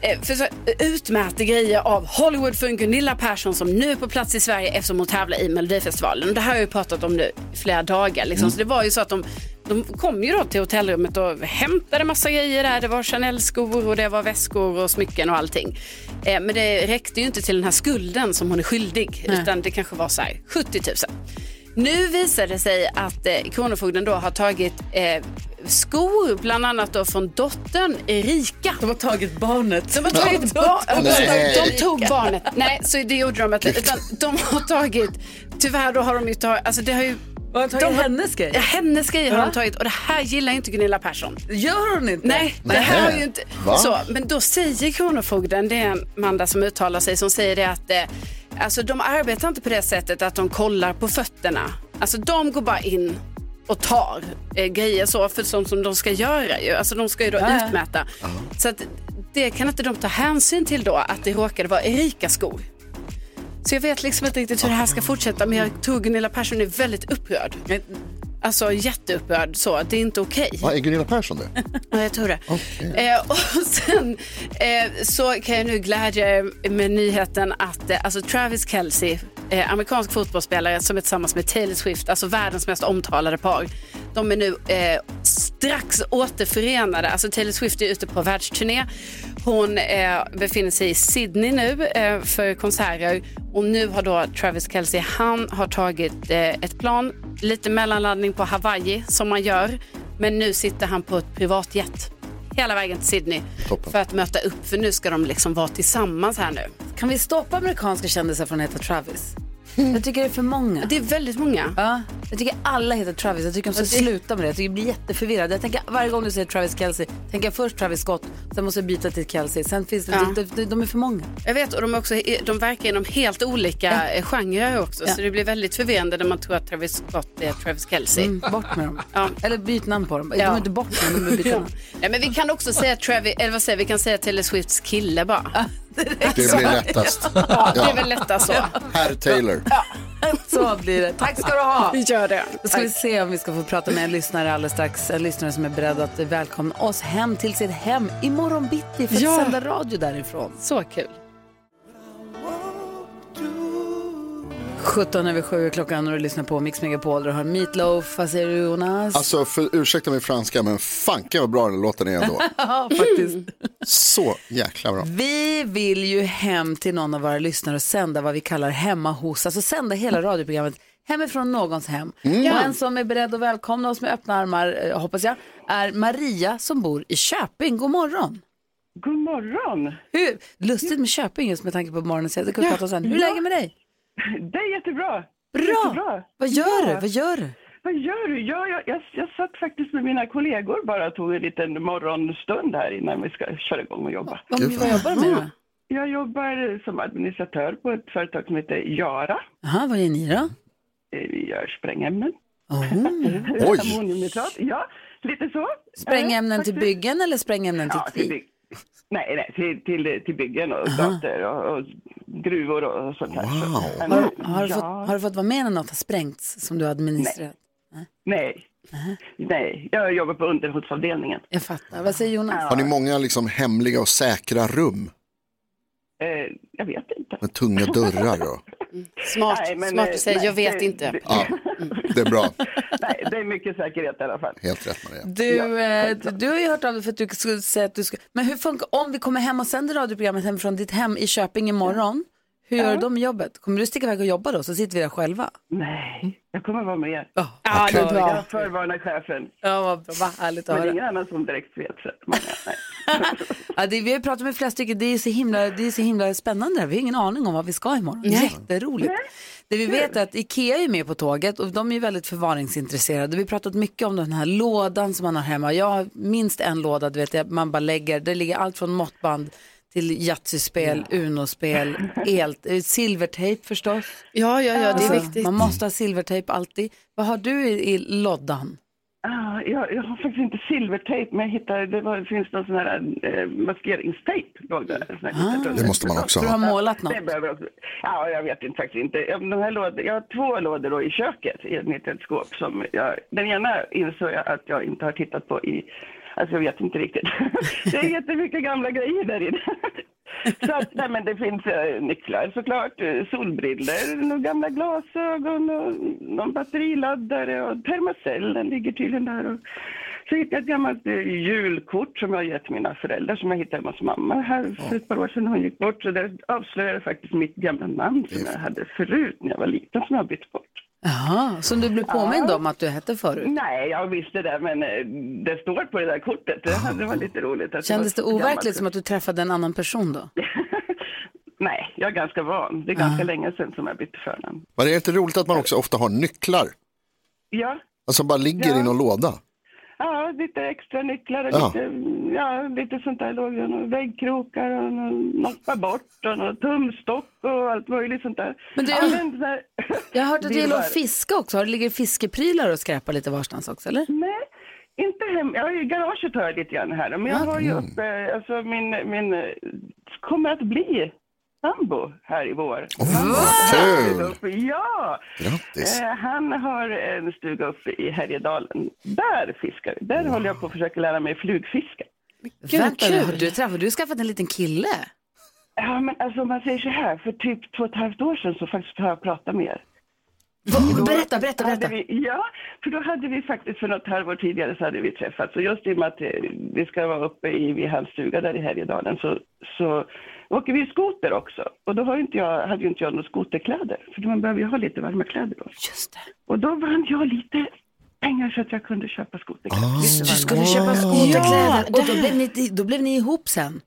Speaker 7: eh, för, utmäter grejer av Hollywoodfrun Gunilla Persson som nu är på plats i Sverige eftersom hon tävlar i Melodifestivalen. Och Det här har jag ju pratat om nu i flera dagar. Liksom. Så det var ju så att de, de kom ju då till hotellrummet och hämtade massa grejer där. Det var Chanel-skor och det var väskor och smycken och allting. Eh, men det räckte ju inte till den här skulden som hon är skyldig utan det kanske var så här 70 000. Nu visar det sig att eh, Kronofogden då har tagit eh, skor, bland annat då från dottern Erika.
Speaker 3: De har tagit barnet.
Speaker 7: De har tagit barn,
Speaker 6: Nej.
Speaker 7: de tog barnet. Nej, så det gjorde de inte. Utan de har tagit, tyvärr då har de ju tagit, alltså det har ju
Speaker 3: de har tagit
Speaker 7: de har-
Speaker 3: hennes grej.
Speaker 7: Ja, hennes grejer har
Speaker 3: Ja.
Speaker 7: de tagit och det här gillar inte Gunilla Persson.
Speaker 3: Gör hon inte?
Speaker 7: Nej, det här
Speaker 6: Nej.
Speaker 7: har ju inte...
Speaker 6: Va?
Speaker 7: Så, men då säger Kronofogden, det är en Manda som uttalar sig, som säger det att eh, alltså, de arbetar inte på det sättet att de kollar på fötterna. Alltså de går bara in och tar eh, grejer så, för sånt som de ska göra ju. Alltså de ska ju då
Speaker 3: Ja, ja.
Speaker 7: utmäta. Så att, det kan inte de ta hänsyn till då, att det råkade vara Erikas skor. Så jag vet liksom inte riktigt hur det här ska fortsätta men jag tror Gunilla Persson är väldigt upprörd. Alltså jätteupprörd så, det är inte okej.
Speaker 6: Vad är Gunilla Persson det?
Speaker 7: Ja, jag tror det. Eh, och sen eh, så kan jag nu glädja er med nyheten att eh, alltså Travis Kelce, eh, amerikansk fotbollsspelare som är tillsammans med Taylor Swift, alltså världens mest omtalade par, de är nu eh, strax återförenade. Alltså Taylor Swift är ute på världsturné. Hon eh, befinner sig i Sydney nu eh, för konserter och nu har då Travis Kelce, han har tagit eh, ett plan, lite mellanlandning på Hawaii som man gör. Men nu sitter han på ett privatjet hela vägen till Sydney
Speaker 6: Toppen.
Speaker 7: för att möta upp, för nu ska de liksom vara tillsammans här nu.
Speaker 3: Kan vi stoppa amerikanska kändisar från att heta Travis? Jag tycker det är för många.
Speaker 7: Det är väldigt många.
Speaker 3: Ja, jag tycker alla heter Travis. Jag tycker de ska
Speaker 7: det-
Speaker 3: sluta med det. Jag tycker jag blir jätteförvirrad. Jag tänker, varje gång du säger Travis Kelce, tänker jag först Travis Scott, sen måste jag byta till Kelce. Sen finns det,
Speaker 7: Ja.
Speaker 3: de, de, de är för många.
Speaker 7: Jag vet, och de, är också, de verkar inom helt olika ja. genrer också, så det blir väldigt förvirrande när man tror att Travis Scott är Travis Kelce.
Speaker 3: Mm, bort med dem.
Speaker 7: Ja.
Speaker 3: Eller byt namn på dem. De
Speaker 7: Ja.
Speaker 3: är inte bort med dem, de är byta
Speaker 7: Ja. <laughs>
Speaker 3: namn.
Speaker 7: Nej, men vi kan också säga Travis, eller vad säger vi, vi kan säga Taylor Swifts kille bara.
Speaker 6: Det blir lättast.
Speaker 7: <laughs> Ja, det är
Speaker 6: Ja.
Speaker 7: väl lättast så.
Speaker 6: Herr Taylor.
Speaker 3: Så blir det. Tack ska du ha.
Speaker 7: Vi gör det.
Speaker 3: Då ska vi se om vi ska få prata med en lyssnare alldeles strax. En lyssnare som är beredd att välkomna oss hem till sitt hem imorgon bitti för att
Speaker 7: Ja.
Speaker 3: sända radio därifrån.
Speaker 7: Så kul.
Speaker 3: 17 över 7 klockan och du lyssnar på Mix Megapol. Du har Meat Loaf, vad säger du Jonas?
Speaker 6: Alltså, för, ursäkta min franska, men fanken vad bra den låten är ändå.
Speaker 3: <laughs> Ja, faktiskt.
Speaker 6: Så jäkla bra.
Speaker 3: Vi vill ju hem till någon av våra lyssnare och sända vad vi kallar hemma hos, alltså sända hela radioprogrammet hemifrån någons hem. Och en som är beredd att välkomna oss med öppna armar, eh, hoppas jag, är Maria som bor i Köping. God morgon!
Speaker 10: God morgon!
Speaker 3: Hur? Lustigt med Köping just med tanke på morgonen, så jag kan prata om sen. Hur är läget med dig?
Speaker 10: <laughs> Det är jättebra.
Speaker 3: Bra! Vad gör du? Vad gör du?
Speaker 10: Vad gör du? Ja, jag, jag, jag satt faktiskt med mina kollegor bara och tog en liten morgonstund här innan vi ska köra igång och jobba.
Speaker 3: Vad, vad jobbar du med då?
Speaker 10: Jag jobbar som administratör på ett företag som heter Jara.
Speaker 3: Aha, vad gör ni då?
Speaker 10: Eh, Vi gör sprängämnen. <laughs>
Speaker 3: Oh.
Speaker 6: Oj,
Speaker 10: Ammoniumnitrat, ja, lite så.
Speaker 3: Sprängämnen till byggen eller sprängämnen till
Speaker 10: Ja, till
Speaker 3: krig?
Speaker 10: bygg... Nej, nej till, till, till byggen och gator och, och gruvor och sånt här.
Speaker 6: Wow.
Speaker 10: Men,
Speaker 3: Har, har, du
Speaker 10: ja,
Speaker 3: fått, har du fått vara med när något har sprängts som du har administrerat?
Speaker 10: Nej. Nej, jag jobbar på underhållsavdelningen.
Speaker 3: Jag fattar. Vad säger Jonas?
Speaker 6: har ni många liksom hemliga och säkra rum
Speaker 10: Eh, jag vet inte.
Speaker 6: med tunga dörrar? Och...
Speaker 7: Smart,
Speaker 10: Nej, men,
Speaker 7: smart
Speaker 10: eh,
Speaker 7: att säga,
Speaker 10: nej,
Speaker 7: jag vet
Speaker 10: det-
Speaker 7: inte. Mm.
Speaker 10: det-
Speaker 6: Ja, det är bra.
Speaker 10: <laughs> Nej, det är mycket säkerhet i alla fall.
Speaker 6: Helt rätt Maria.
Speaker 3: Du, eh, du, du har ju hört av dig för att du skulle säga att du ska... Men hur funkar, om vi kommer hem och sänder radioprogrammet hemifrån ditt hem i Köping imorgon, hur gör du då med jobbet? Kommer du sticka iväg och jobba då, så sitter vi där själva?
Speaker 10: Nej, jag kommer vara med.
Speaker 7: Ja, det är bra.
Speaker 10: Jag förvarnar chefen.
Speaker 3: Ja, vad bra. Vad härligt att
Speaker 10: Men det är
Speaker 3: höra.
Speaker 10: ingen annan som direkt vet. Så att man, nej.
Speaker 3: Ja, det, vi har ju pratat med flera stycken, det är ju så himla, det är så himla spännande det här. Vi har ingen aning om vad vi ska imorgon. Jätteroligt. Det vi vet är att Ikea är ju med på tåget och de är ju väldigt förvaringsintresserade. Vi har pratat mycket om den här lådan som man har hemma. Jag har minst en låda, du vet, jag- man bara lägger, det ligger allt från måttband till Yatzy-spel, Uno-spel, el, eh, silvertejp förstås.
Speaker 7: Ja, ja, ja, det är
Speaker 3: Alltså,
Speaker 7: viktigt.
Speaker 3: Man måste ha silvertejp alltid. Vad har du i, i lådan?
Speaker 10: Ah, jag, jag har faktiskt inte silvertejp, men jag hittade, det var, finns någon sån här eh, maskeringstejp. låg där, sån här litet under.
Speaker 6: Det måste man också
Speaker 3: Du har
Speaker 6: ha.
Speaker 3: målat något?
Speaker 10: Det behöver jag också. Ja, jag vet inte faktiskt inte. Jag, de här lådor, jag har två lådor då i köket i ett litet skåp. Som jag, den ena insåg jag att jag inte har tittat på i... Alltså jag vet inte riktigt. <laughs> det är jättemycket gamla grejer där
Speaker 3: <laughs>
Speaker 10: inne. Så att, nej, men det finns eh, nycklar såklart, eh, solbriller, några gamla glasögon och någon batteriladdare och termocellen ligger tydligen där. Och, så hittade jag ett gammalt eh, julkort som jag har gett till mina föräldrar som jag hittade hemma hos mamma här för ett par år sedan. Hon gick bort så där avslöjade faktiskt mitt gamla namn som jag hade förut när jag var liten som jag har bytt bort.
Speaker 3: Jaha, som du blev påmind om att du hette förut?
Speaker 10: Nej, jag visste det men eh, det står på det där kortet. Det hade- Det var lite roligt. Att
Speaker 3: Kändes det
Speaker 10: var så
Speaker 3: overkligt
Speaker 10: gammalt.
Speaker 3: som att du träffade en annan
Speaker 10: <laughs>
Speaker 3: person då?
Speaker 10: Nej, jag är ganska van. Det är
Speaker 6: Ah.
Speaker 10: ganska länge sedan som jag bytte förnamn.
Speaker 6: Men det är inte roligt att man också ofta har nycklar?
Speaker 10: Ja.
Speaker 6: Alltså bara ligger i någon låda.
Speaker 10: Ja, lite extra nycklar och
Speaker 6: Ja.
Speaker 10: lite, ja, lite sånt där låg det. några Väggkrokar och någon noppa bort och någon tumstock och allt möjligt sånt där.
Speaker 3: Men du,
Speaker 10: Ja,
Speaker 3: jag-
Speaker 10: men så här-
Speaker 3: Jag har hört att du gillar att
Speaker 10: Virvar.
Speaker 3: fiska också. Har det ligger fiskeprylar och skräpar lite varstans också, eller?
Speaker 10: Nej, inte hem. Jag har ju garaget
Speaker 3: Ah.
Speaker 6: Mm.
Speaker 10: hör jag lite grann här. Men jag har ju uppe, alltså min, min eh, kommer att bli sambo här i vår.
Speaker 6: Åh,
Speaker 10: Han
Speaker 6: vad
Speaker 10: har en
Speaker 6: kul!
Speaker 10: stuga uppe- Ja!
Speaker 6: Grattis.
Speaker 10: Eh, han har en stuga uppe i Härjedalen. Där fiskar vi. Där håller jag på att försöka lära mig flugfiska.
Speaker 7: vad
Speaker 3: Vänta nu,
Speaker 7: kul.
Speaker 3: har du, träffat, har du skaffat en liten kille?
Speaker 10: Ja, men alltså om man säger så här, för typ två och ett halvt år sedan så faktiskt har jag pratat med er.
Speaker 3: Va, berätta, berätta,
Speaker 10: Mm. Hade
Speaker 3: berätta.
Speaker 10: vi, ja, för då hade vi faktiskt för något halvår tidigare så hade vi träffats. Och just i och med att eh, vi ska vara uppe i, vid hans stuga där i Härjedalen så, så åker vi skoter också. Och då har ju inte jag, hade ju inte jag några skoterkläder, för man behöver ju ha lite varma kläder då.
Speaker 3: Just det.
Speaker 10: Och då vann jag lite pengar så att jag kunde köpa skoterkläder.
Speaker 3: Du skulle köpa skoterkläder Ah. och då blev, ni, då blev ni ihop sen.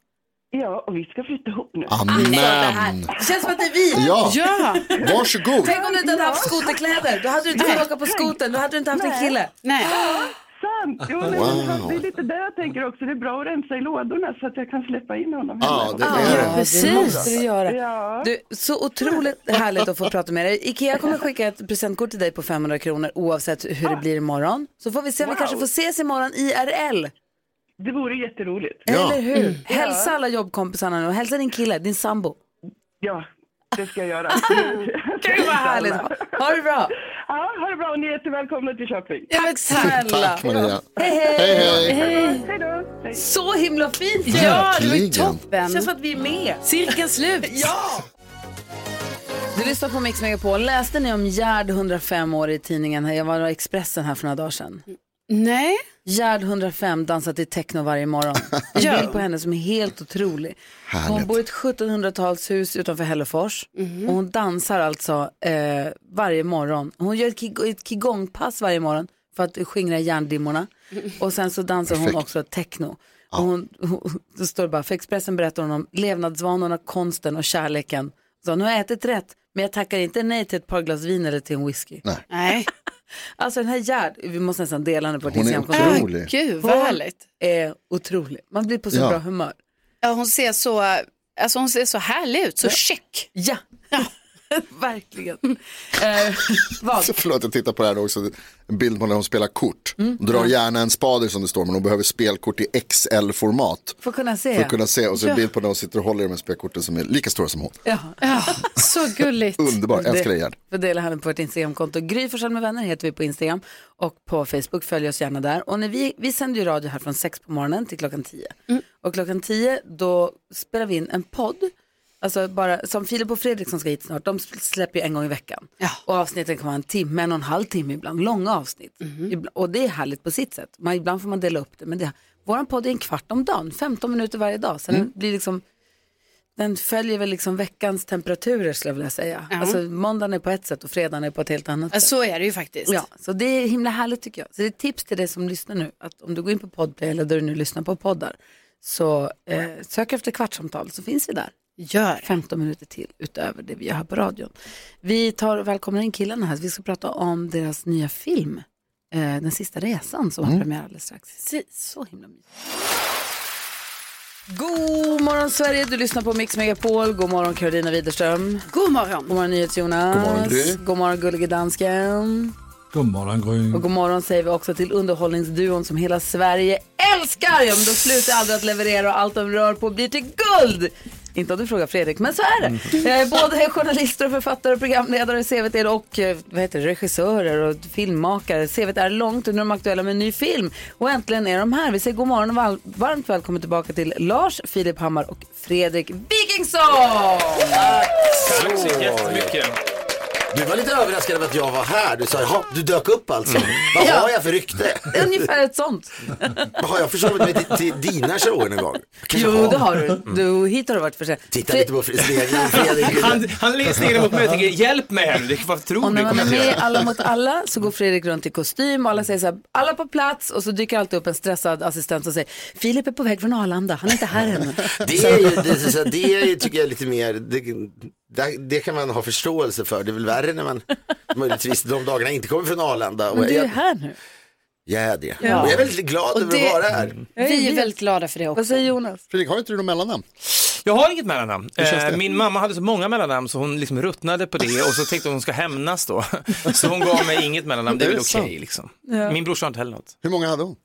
Speaker 10: Ja, och vi ska flytta ihop nu.
Speaker 6: Amen.
Speaker 3: Alltså, Det känns som att det är vi.
Speaker 6: Ja,
Speaker 7: Ja,
Speaker 6: varsågod.
Speaker 3: Tänk om du inte hade haft skoterkläder. Då hade du inte kunnat åka på skotern. Då hade du inte haft en kille.
Speaker 7: nej.
Speaker 10: Sant! Jo, men
Speaker 6: Wow.
Speaker 10: Det är lite där jag tänker också. Det är bra att rensa i lådorna så att jag kan släppa in honom.
Speaker 6: Ja,
Speaker 10: hemma.
Speaker 6: det är det.
Speaker 3: Det måste du göra.
Speaker 10: Ja.
Speaker 3: Du, så otroligt härligt att få prata med dig. Ikea kommer skicka ett presentkort till dig på 500 kronor oavsett hur det blir imorgon. Så får vi se om
Speaker 10: Ah.
Speaker 3: vi
Speaker 10: Wow.
Speaker 3: kanske får ses imorgon IRL.
Speaker 10: Det vore jätteroligt. Mm.
Speaker 6: Ja. Mm.
Speaker 3: Eller hur? Hälsa alla jobbkompisarna nu och hälsa din kille, din sambo.
Speaker 10: Ja, det ska jag göra.
Speaker 3: <laughs> Gud vad härligt. Ha det bra.
Speaker 10: Ja, ha det bra och ni är jättevälkomna till Köping.
Speaker 3: Tack snälla.
Speaker 6: Tack Maria.
Speaker 3: Hej,
Speaker 6: Hej, hej.
Speaker 10: Hej då! Hej.
Speaker 3: Så himla fint ju.
Speaker 7: Ja, det var ju
Speaker 6: Verkligen.
Speaker 9: Det
Speaker 7: toppen.
Speaker 9: känns som att vi är med.
Speaker 7: Cirkeln slut.
Speaker 3: Du lyssnar på Mix Megapol. Läste ni om Gerd, 105 år, i tidningen? här? Jag var i Expressen här för några dagar sedan.
Speaker 7: Nej.
Speaker 3: Gerd, 105, dansar till techno varje morgon. En
Speaker 7: <laughs> Ja.
Speaker 3: bild på henne som är helt otrolig. Hon
Speaker 6: Härligt.
Speaker 3: bor i ett 1700-talshus utanför Hällefors.
Speaker 7: Mhm.
Speaker 3: Och hon dansar alltså eh, varje morgon. Hon gör ett, qi- ett qigongpass varje morgon för att
Speaker 7: <laughs>
Speaker 3: skingra hjärndimmorna. Och sen så dansar hon
Speaker 6: Perfekt.
Speaker 3: också techno. Och hon, <laughs> hon, då står det bara, för Expressen berättar hon om levnadsvanorna, konsten och kärleken. Så nu har jag ätit rätt, men jag tackar inte nej till ett par glas vin eller till en whisky.
Speaker 7: Nej.
Speaker 3: Alltså den här Gerd, vi måste nästan dela henne på vårt
Speaker 6: Hon är
Speaker 3: Instagramkonto.
Speaker 6: otrolig.
Speaker 7: Ah,
Speaker 6: Rolig.
Speaker 7: gud, vad
Speaker 3: Hon-
Speaker 7: härligt.
Speaker 3: är otrolig. Man blir på så
Speaker 6: Ja.
Speaker 3: bra humör.
Speaker 7: Ja, hon, ser så, alltså, hon ser så härlig ut, så check.
Speaker 3: Ja, verkligen. eh, vad?
Speaker 6: Så <laughs> förlåt, jag tittar på det här också. En bild på när hon spelar kort.
Speaker 3: Mm.
Speaker 6: Hon drar gärna en spader som det står, men hon behöver spelkort i XL-format.
Speaker 3: Får kunna se.
Speaker 6: För att kunna se, och så en bild på när hon sitter och håller i de här spelkorten som är lika stora som hon.
Speaker 3: Ja.
Speaker 7: Så gulligt.
Speaker 6: Underbar, älskar dig Gerd.
Speaker 3: För dela henne på vårt Instagramkonto. Gry Forssell med vänner heter vi på Instagram och på Facebook. Följ oss gärna där. Och när vi, vi sänder ju radio här från sex på morgonen till klockan tio. Och klockan tio då spelar vi in en podd. Alltså bara, som Filip och Fredrik som ska hit snart, de släpper ju en gång i veckan.
Speaker 7: Ja.
Speaker 3: Och avsnitten kan vara en timme, en och en halv timme ibland, långa avsnitt. Ibla- och det är härligt på sitt sätt. Man, ibland får man dela upp det. Men det, våran podd är en kvart om dagen, 15 minuter varje dag. Sen blir liksom den följer väl liksom veckans temperaturer skulle jag vilja säga.
Speaker 7: Ja.
Speaker 3: Alltså måndagen är på ett sätt och fredagen är på ett helt annat
Speaker 7: Ja,
Speaker 3: sätt.
Speaker 7: Så är det ju faktiskt.
Speaker 3: Ja, så det är himla härligt tycker jag. Så det är ett tips till dig som lyssnar nu, att om du går in på Podplay eller där du nu lyssnar på poddar, så eh, sök efter kvartsamtal så finns vi där.
Speaker 7: Gör.
Speaker 3: 15 minuter till utöver det vi gör här på radion. Vi tar och välkomnar in killarna här, vi ska prata om deras nya film, eh, Den sista resan som har premiär alldeles strax. Så himla mysigt. God morgon Sverige, du lyssnar på Mix Megapol. God morgon Carolina Widerström.
Speaker 7: God morgon.
Speaker 3: God morgon NyhetsJonas.
Speaker 6: God morgon, Gry.
Speaker 3: God morgon gullige dansken.
Speaker 5: Godmorgon Gry.
Speaker 3: Och god morgon säger vi också till underhållningsduon som hela Sverige älskar. Ja, men de slutar aldrig att leverera och allt de rör på blir till guld. Inte om du frågar Fredrik, men så är det. Eh, både journalister, och författare, och programledare, CVT och eh, vad heter det, regissörer och filmmakare. CVT är långt under de aktuella med en ny film. Och äntligen är de här. Vi säger god morgon och val- varmt välkommen tillbaka till Lars, Filip Hammar och Fredrik Wikingsson!
Speaker 11: Tack så jättemycket.
Speaker 12: Du var lite överraskad över att jag var här. Du sa, "Jaha, du dök upp alltså.
Speaker 11: Mm.
Speaker 12: Vad har jag för rykte?
Speaker 3: Ungefär ett sånt.
Speaker 12: Har jag försovit mig till, till dina shower någon gång? Kanske Mm.
Speaker 3: Jo, det har du. du hit har du varit för sent.
Speaker 12: Titta
Speaker 3: Fre-
Speaker 12: lite på spegeln, Fredrik.
Speaker 11: Han, han ler stirrigt mot mig och tänker, hjälp mig Henrik, vad tror
Speaker 3: Och
Speaker 11: du
Speaker 3: när man
Speaker 11: kommer
Speaker 3: är
Speaker 11: att
Speaker 3: med i
Speaker 11: göra?
Speaker 3: Alla mot alla så går Fredrik runt i kostym och alla säger så här, alla på plats och så dyker alltid upp en stressad assistent och säger, Filip är på väg från Arlanda, han är inte här ännu.
Speaker 12: Det, är ju, det, så- så- det är ju, tycker jag är lite mer, det, det, det kan man ha förståelse för. Det är väl värre när man möjligtvis de dagarna inte kommer från Arlanda.
Speaker 3: Men
Speaker 12: Och
Speaker 3: du är
Speaker 12: jag,
Speaker 3: här nu.
Speaker 12: jag är det. Och jag är väldigt glad över
Speaker 7: det-
Speaker 12: att vara här.
Speaker 7: Vi är väldigt glada för det
Speaker 3: Vad
Speaker 7: också.
Speaker 3: säger Jonas?
Speaker 6: Fredrik, har inte du något mellannamn?
Speaker 11: Jag har inget mellannamn.
Speaker 13: Hur känns
Speaker 11: Eh,
Speaker 13: det?
Speaker 11: Min mamma hade så många mellannamn så hon liksom ruttnade på det och så tänkte hon att hon ska hämnas då. Så hon gav mig inget mellannamn, det är
Speaker 6: Det är
Speaker 11: väl okej
Speaker 6: sant.
Speaker 11: liksom.
Speaker 6: Ja.
Speaker 11: Min brorsa har inte heller något.
Speaker 6: Hur många hade hon?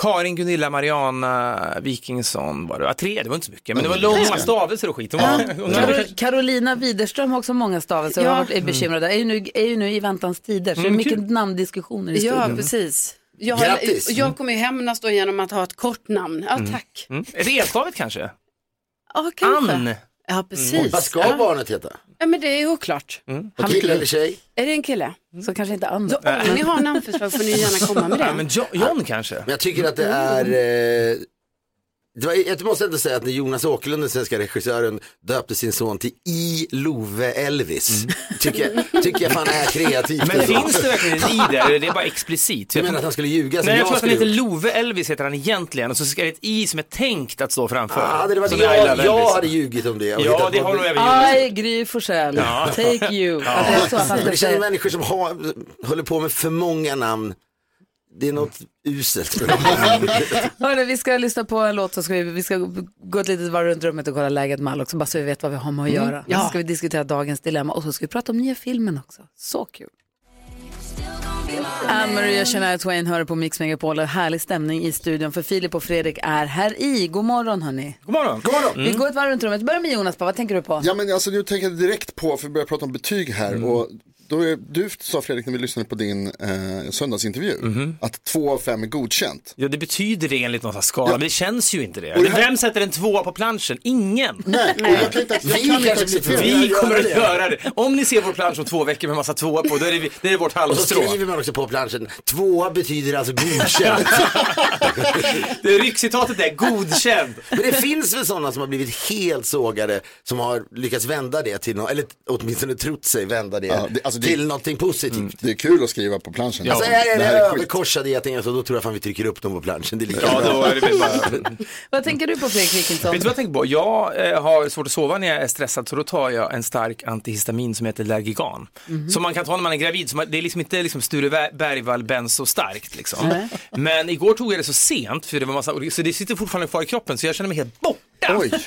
Speaker 11: Karin Gunilla Mariana Wikingsson var det, ja, tre, det var inte så mycket, men det var
Speaker 6: Men det är
Speaker 11: långa
Speaker 6: ganska-
Speaker 11: stavelser och skit. Hon var, hon hade
Speaker 3: Karo
Speaker 11: kanske-
Speaker 3: Carolina Widerström har också många stavelser och
Speaker 7: Ja.
Speaker 3: har varit är bekymrad. Är ju, nu, är ju nu i väntans tider, så det är
Speaker 11: Mm,
Speaker 3: mycket
Speaker 11: kul.
Speaker 3: namndiskussioner i
Speaker 7: Ja,
Speaker 3: studion.
Speaker 7: precis. Jag, har,
Speaker 11: Grattis.
Speaker 12: Mm.
Speaker 7: jag kommer ju hämnas då genom att ha ett kort namn. Ja,
Speaker 11: Mm.
Speaker 7: tack.
Speaker 11: Mm. Redstavet kanske?
Speaker 7: Ja, kanske.
Speaker 11: Ann.
Speaker 7: Ja,
Speaker 12: Mm.
Speaker 7: precis.
Speaker 12: Vad ska
Speaker 7: ja.
Speaker 12: barnet heta?
Speaker 7: Ja, men det är oklart.
Speaker 12: Och Mm. kille eller tjej?
Speaker 7: Är det en kille?
Speaker 3: Så kanske inte andra.
Speaker 7: Så om ni har namnförslag får ni gärna komma <laughs> med det.
Speaker 11: men John kanske? Men
Speaker 12: jag tycker att det är... Eh, det var, jag måste ändå säga att när Jonas Åkerlund, den svenska regissören, döpte sin son till I. Love Elvis. Tycker, jag, tycker jag fan är kreativt.
Speaker 11: Mm. Men
Speaker 12: ändå.
Speaker 11: finns det verkligen ett i där? eller är Det är bara explicit.
Speaker 12: Du menar att han skulle ljuga som
Speaker 11: Nej, jag
Speaker 12: jag
Speaker 11: tror att han heter
Speaker 12: skulle
Speaker 11: Love Elvis heter han egentligen och så ska det ett i som är tänkt att stå framför.
Speaker 12: Ah, hade det varit
Speaker 11: Som
Speaker 12: jag-
Speaker 11: I love
Speaker 12: jag
Speaker 11: Elvis.
Speaker 12: hade ljugit om det och
Speaker 11: Ja,
Speaker 12: hittat
Speaker 11: det
Speaker 12: på-
Speaker 11: har nog även gjort.
Speaker 3: I, Gry Forssell,
Speaker 12: Ja.
Speaker 3: take you. Att det är så att
Speaker 12: Men
Speaker 3: han
Speaker 12: det
Speaker 3: ska
Speaker 12: känns
Speaker 3: säga.
Speaker 12: människor som har, håller på med för många namn. Det är något
Speaker 11: <laughs>
Speaker 12: uselt.
Speaker 3: Hörrni, vi ska lyssna på en låt, så ska vi, vi ska gå ett litet varv runt rummet och kolla läget med alla också, bara så vi vet vad vi har med att
Speaker 7: Mm.
Speaker 3: göra.
Speaker 7: Ja.
Speaker 3: Så ska vi diskutera dagens dilemma och så ska vi prata om nya filmen också. Så kul. Ann-Marie och Shania Twain hör på Mix Megapol och härlig stämning i studion för Filip och Fredrik är här i. God morgon hörni.
Speaker 11: God morgon. Mm.
Speaker 6: God morgon.
Speaker 12: Mm.
Speaker 3: Vi går ett varv runt rummet. Börja med Jonas, bara, vad tänker du på?
Speaker 6: Ja, men alltså, nu tänker jag direkt på, för vi börjar prata om betyg här.
Speaker 11: Mm.
Speaker 6: Och då är, du sa Fredrik när vi lyssnade på din eh, söndagsintervju att två av fem är godkänt.
Speaker 11: Mhm. Ja, det betyder det enligt någon sån här skala, men det känns ju inte det.
Speaker 6: Och det här-
Speaker 11: Vem sätter en tvåa på planschen? Ingen!
Speaker 6: Nej, och jag kan inte- jag kan inte acceptera det.
Speaker 11: Vi
Speaker 6: Jag
Speaker 11: kommer
Speaker 6: gör
Speaker 11: att
Speaker 6: det.
Speaker 11: göra det. Om ni ser vår plansch om två veckor med massa tvåa på, då är det, vi- det är vårt
Speaker 12: Och så
Speaker 11: halmstrå.
Speaker 12: skriver man också på planschen, tvåa betyder alltså godkänd.
Speaker 11: det ryckcitatet är godkänd.
Speaker 12: Men det finns väl sådana som har blivit helt sågade som har lyckats vända det till något, eller åtminstone trott sig vända det,
Speaker 6: Ja, det- alltså det-
Speaker 12: till någonting positivt.
Speaker 6: Det är kul att skriva på planschen.
Speaker 12: Alltså är det,
Speaker 6: Det
Speaker 12: det
Speaker 6: här är skit.
Speaker 12: överkorsade getingar så då tror jag fan vi trycker upp dem på planschen. Det är lika
Speaker 11: Ja,
Speaker 12: bra.
Speaker 11: då är det väl bara...
Speaker 12: <laughs>
Speaker 3: Vad tänker du på Fredrik Wikingsson?
Speaker 11: Vet du vad jag tänker på? Jag eh, har svårt att sova när jag är stressad så då tar jag en stark antihistamin som heter Lergigan.
Speaker 3: Mhm.
Speaker 11: Som man kan ta när man är gravid, så man, det är liksom inte liksom Sture Ber- Bergvall benzo starkt liksom.
Speaker 13: Nej.
Speaker 11: Men igår tog jag det så sent, för det var massa, så det sitter fortfarande kvar i kroppen så jag känner mig helt borta.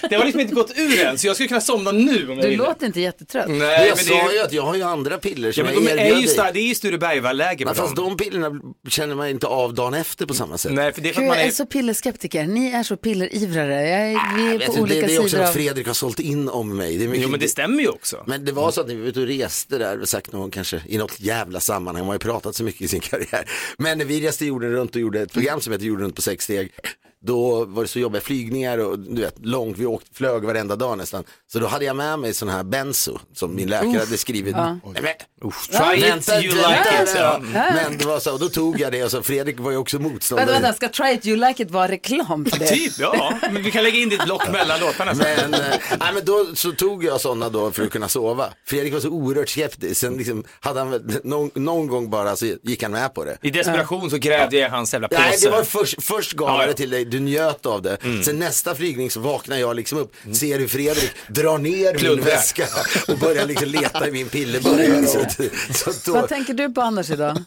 Speaker 11: Det har liksom inte gått ur än, så jag skulle kunna somna nu om jag
Speaker 3: Du
Speaker 11: ville.
Speaker 3: låter inte jättetrött.
Speaker 11: Nej,
Speaker 12: Men jag
Speaker 11: men
Speaker 12: sa
Speaker 11: det-
Speaker 12: ju att jag har ju andra piller
Speaker 11: Ja,
Speaker 12: som
Speaker 11: men de
Speaker 12: jag
Speaker 11: är ju
Speaker 12: erbjöd
Speaker 11: stark,
Speaker 12: dig.
Speaker 11: det är ju Sture Bergvall-läge
Speaker 12: Men
Speaker 11: med
Speaker 12: fast
Speaker 11: dem.
Speaker 12: de pillerna känner man inte av dagen efter på samma sätt.
Speaker 11: Nej, för det är för
Speaker 3: Gud, jag är så pillerskeptiker. Ni är så pillerivrare. Jag är, vi är
Speaker 12: Vet
Speaker 3: på
Speaker 12: du, det,
Speaker 3: olika
Speaker 12: det är också
Speaker 3: sidor
Speaker 12: att
Speaker 3: av...
Speaker 12: Fredrik har sålt in om mig. Det är mycket...
Speaker 11: Jo men det stämmer ju också.
Speaker 12: Men det var så att ni var ute och reste där, sagt någon kanske i något jävla sammanhang, man har ju pratat så mycket i sin <laughs> karriär. Men när vi reste jorden runt och gjorde ett program som heter jorden runt på sex steg, då var det så jobbiga flygningar och du vet, långt, vi åkte, flög varenda dag nästan. Så då hade jag med mig sån här benzo som min läkare
Speaker 11: Uff,
Speaker 12: hade skrivit.
Speaker 11: ja.
Speaker 12: Nej, men,
Speaker 11: Try it,
Speaker 12: Vänta,
Speaker 11: you
Speaker 12: vänta,
Speaker 11: like it,
Speaker 12: vänta.
Speaker 11: ja.
Speaker 12: Men det var så, och då tog jag det och så Fredrik var ju också motståndare.
Speaker 3: Vänta, vänta, ska Try It You Like It vara reklam för det?
Speaker 11: Typ, ja. Men <laughs> vi kan lägga in ditt block mellan låtarna.
Speaker 12: Men, eh, nej, men då så tog jag sådana då för att kunna sova. Fredrik var så oerhört skeptisk. Sen liksom hade han väl- någon, någon gång bara så gick han med på det.
Speaker 11: I desperation så grävde jag i hans jävla påse.
Speaker 12: Nej, det var först, först gav
Speaker 11: Ja,
Speaker 12: jag
Speaker 11: ja. Mm.
Speaker 12: det till dig, du njöt av det. Sen nästa flygning så vaknar jag liksom upp, ser hur Fredrik drar ner
Speaker 11: Plundrar.
Speaker 12: min väska och börjar liksom leta i min pillerburk. Så, att- så att då,
Speaker 3: Vad tänker du på annars idag?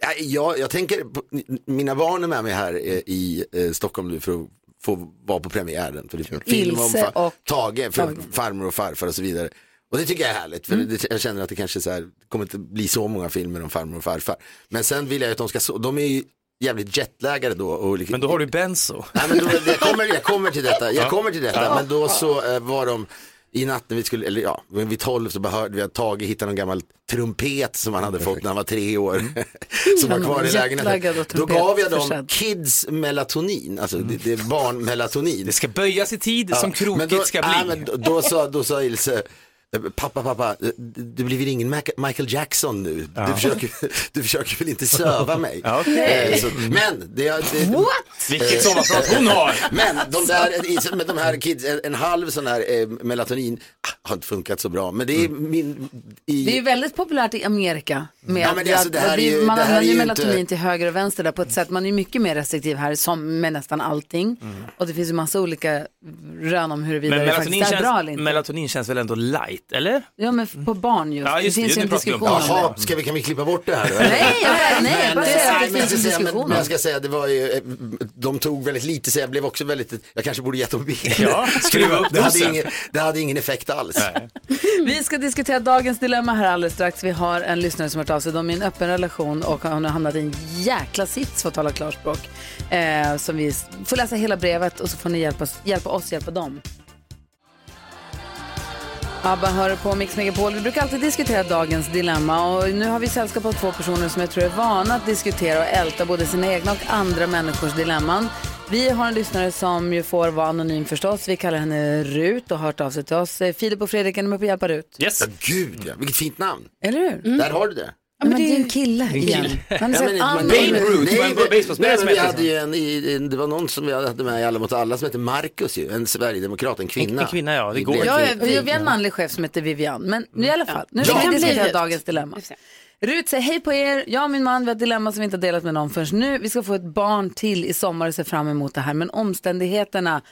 Speaker 12: Ja, jag, jag tänker, på- mina barn är med mig här eh, i eh, Stockholm nu för att få vara på premiären. För det är film om
Speaker 3: Ilse
Speaker 12: fa-
Speaker 3: och-
Speaker 12: Tage,
Speaker 3: Tage. Mm.
Speaker 12: för farmor och farfar och så vidare. Och det tycker jag är härligt, för det, jag känner att det kanske så här, kommer inte bli så många filmer om farmor och farfar. Men sen vill jag ju att de ska, so- de är ju jävligt jetlaggade då. Och liksom,
Speaker 11: Men då har du benzo.
Speaker 12: Nej, men då, jag, kommer, jag kommer till detta,
Speaker 11: Ja.
Speaker 12: jag kommer till detta,
Speaker 11: Ja.
Speaker 12: men då så eh, var de i natt när vi skulle, eller ja, vid tolv så bara hörde vi att Tage hittade någon gammal trumpet som han hade fått när han var tre år.
Speaker 11: Mm.
Speaker 12: <laughs> som var
Speaker 3: Han
Speaker 12: kvar
Speaker 3: var
Speaker 12: i
Speaker 3: jetlaggad
Speaker 12: lägenheten.
Speaker 3: och
Speaker 12: Då gav jag dem
Speaker 3: trumpetförsedd.
Speaker 12: kids melatonin, alltså det, det är barn melatonin. Det
Speaker 11: ska böjas i tid som krokigt
Speaker 12: men då,
Speaker 11: ska
Speaker 12: nej,
Speaker 11: bli.
Speaker 12: men då, då, sa, då sa Ilse, eh, Pappa, pappa, du blir ingen Mac- Michael Jackson nu. Du,
Speaker 11: Ja.
Speaker 12: försöker, du försöker väl inte söva mig?
Speaker 11: <laughs> Ja, okej.
Speaker 12: Eh, så, men, det, det,
Speaker 11: What? Vilket sommarprat hon har.
Speaker 12: Men de där, med de här kids, en, en halv sån här eh, melatonin ah, har inte funkat så bra. Men det är
Speaker 11: Mm.
Speaker 12: min, i,
Speaker 3: Det är ju väldigt populärt i Amerika. Med
Speaker 12: Ja, men det- alltså, det här är ju-
Speaker 3: man
Speaker 12: det här
Speaker 3: använder
Speaker 12: är ju
Speaker 3: melatonin
Speaker 12: inte-
Speaker 3: till höger och vänster där på ett sätt. Man är ju mycket mer restriktiv här som med nästan allting.
Speaker 12: Mm.
Speaker 3: Och det finns ju massa olika rön om huruvida
Speaker 11: Men
Speaker 3: det faktiskt
Speaker 11: melatonin
Speaker 3: är bra eller
Speaker 11: känns,
Speaker 3: inte.
Speaker 11: melatonin känns väl ändå light? Shit, eller?
Speaker 3: Ja, men f- på barn just.
Speaker 11: Ja, just
Speaker 3: det finns
Speaker 11: det,
Speaker 3: ju en
Speaker 11: nu pratar vi om
Speaker 3: diskussion om
Speaker 11: barn.
Speaker 3: det.
Speaker 11: Jaha.
Speaker 12: Ska vi, kan vi klippa bort det här? då?
Speaker 3: Nej, jag- nej, jag
Speaker 12: Men-
Speaker 3: bara säger att det
Speaker 12: men jag
Speaker 3: finns
Speaker 12: ska
Speaker 3: en
Speaker 12: säga-
Speaker 3: diskussion.
Speaker 12: Men jag ska säga, det var ju, eh, de tog väldigt lite så jag blev också väldigt, jag kanske borde gett dem bilder.
Speaker 11: Ja, skruva upp
Speaker 12: <laughs> det hade,
Speaker 11: dosen.
Speaker 12: ingen, det hade ingen effekt alls.
Speaker 3: Vi ska diskutera dagens dilemma här alldeles strax. Vi har en lyssnare som har hört av sig. De är i en öppen relation och har nu hamnat i en jäkla sits för att tala klarspråk. Eh, som vi s- får läsa hela brevet och så får ni hjälpa oss, hjälpa, oss, hjälpa dem. ABBA hör på Mix Megapol. Vi brukar alltid diskutera dagens dilemma och nu har vi sällskap av två personer som jag tror är vana att diskutera och älta både sina egna och andra människors dilemman. Vi har en lyssnare som ju får vara anonym förstås. Vi kallar henne Rut och har hört av sig till oss. Eh, Filip och Fredrik, är ni med på att hjälpa Rut?
Speaker 11: Yes.
Speaker 12: Ja, gud ja, vilket fint namn.
Speaker 3: Eller hur?
Speaker 12: Där har du det.
Speaker 3: Ja, men det är en kille igen.
Speaker 11: <laughs>
Speaker 3: Han är så
Speaker 12: Ja, men- men-
Speaker 3: här anonym.
Speaker 12: Nej,
Speaker 11: Ruth,
Speaker 12: nej,
Speaker 11: var en
Speaker 12: nej,
Speaker 11: baseballspelare
Speaker 12: nej,
Speaker 11: som
Speaker 12: men vi
Speaker 11: hette
Speaker 12: hade ju en, i- en- Det var någon som vi hade med i Alla mot alla som hette Marcus ju, en sverigedemokrat, en kvinna.
Speaker 11: En- en kvinna, ja, det
Speaker 12: I
Speaker 11: går.
Speaker 12: Blekinge.
Speaker 3: Ja, ja, vi, vi har en manlig chef som heter Vivian, men nu i alla fall. Nu ska
Speaker 12: Ja.
Speaker 3: vi
Speaker 12: Det kan bli
Speaker 3: diskutera
Speaker 12: Rut.
Speaker 3: dagens dilemma. Rut säger hej på er, jag och min man, vi har ett dilemma som vi inte har delat med någon förrän nu. Vi ska få ett barn till i sommar och ser fram emot det här, men omständigheterna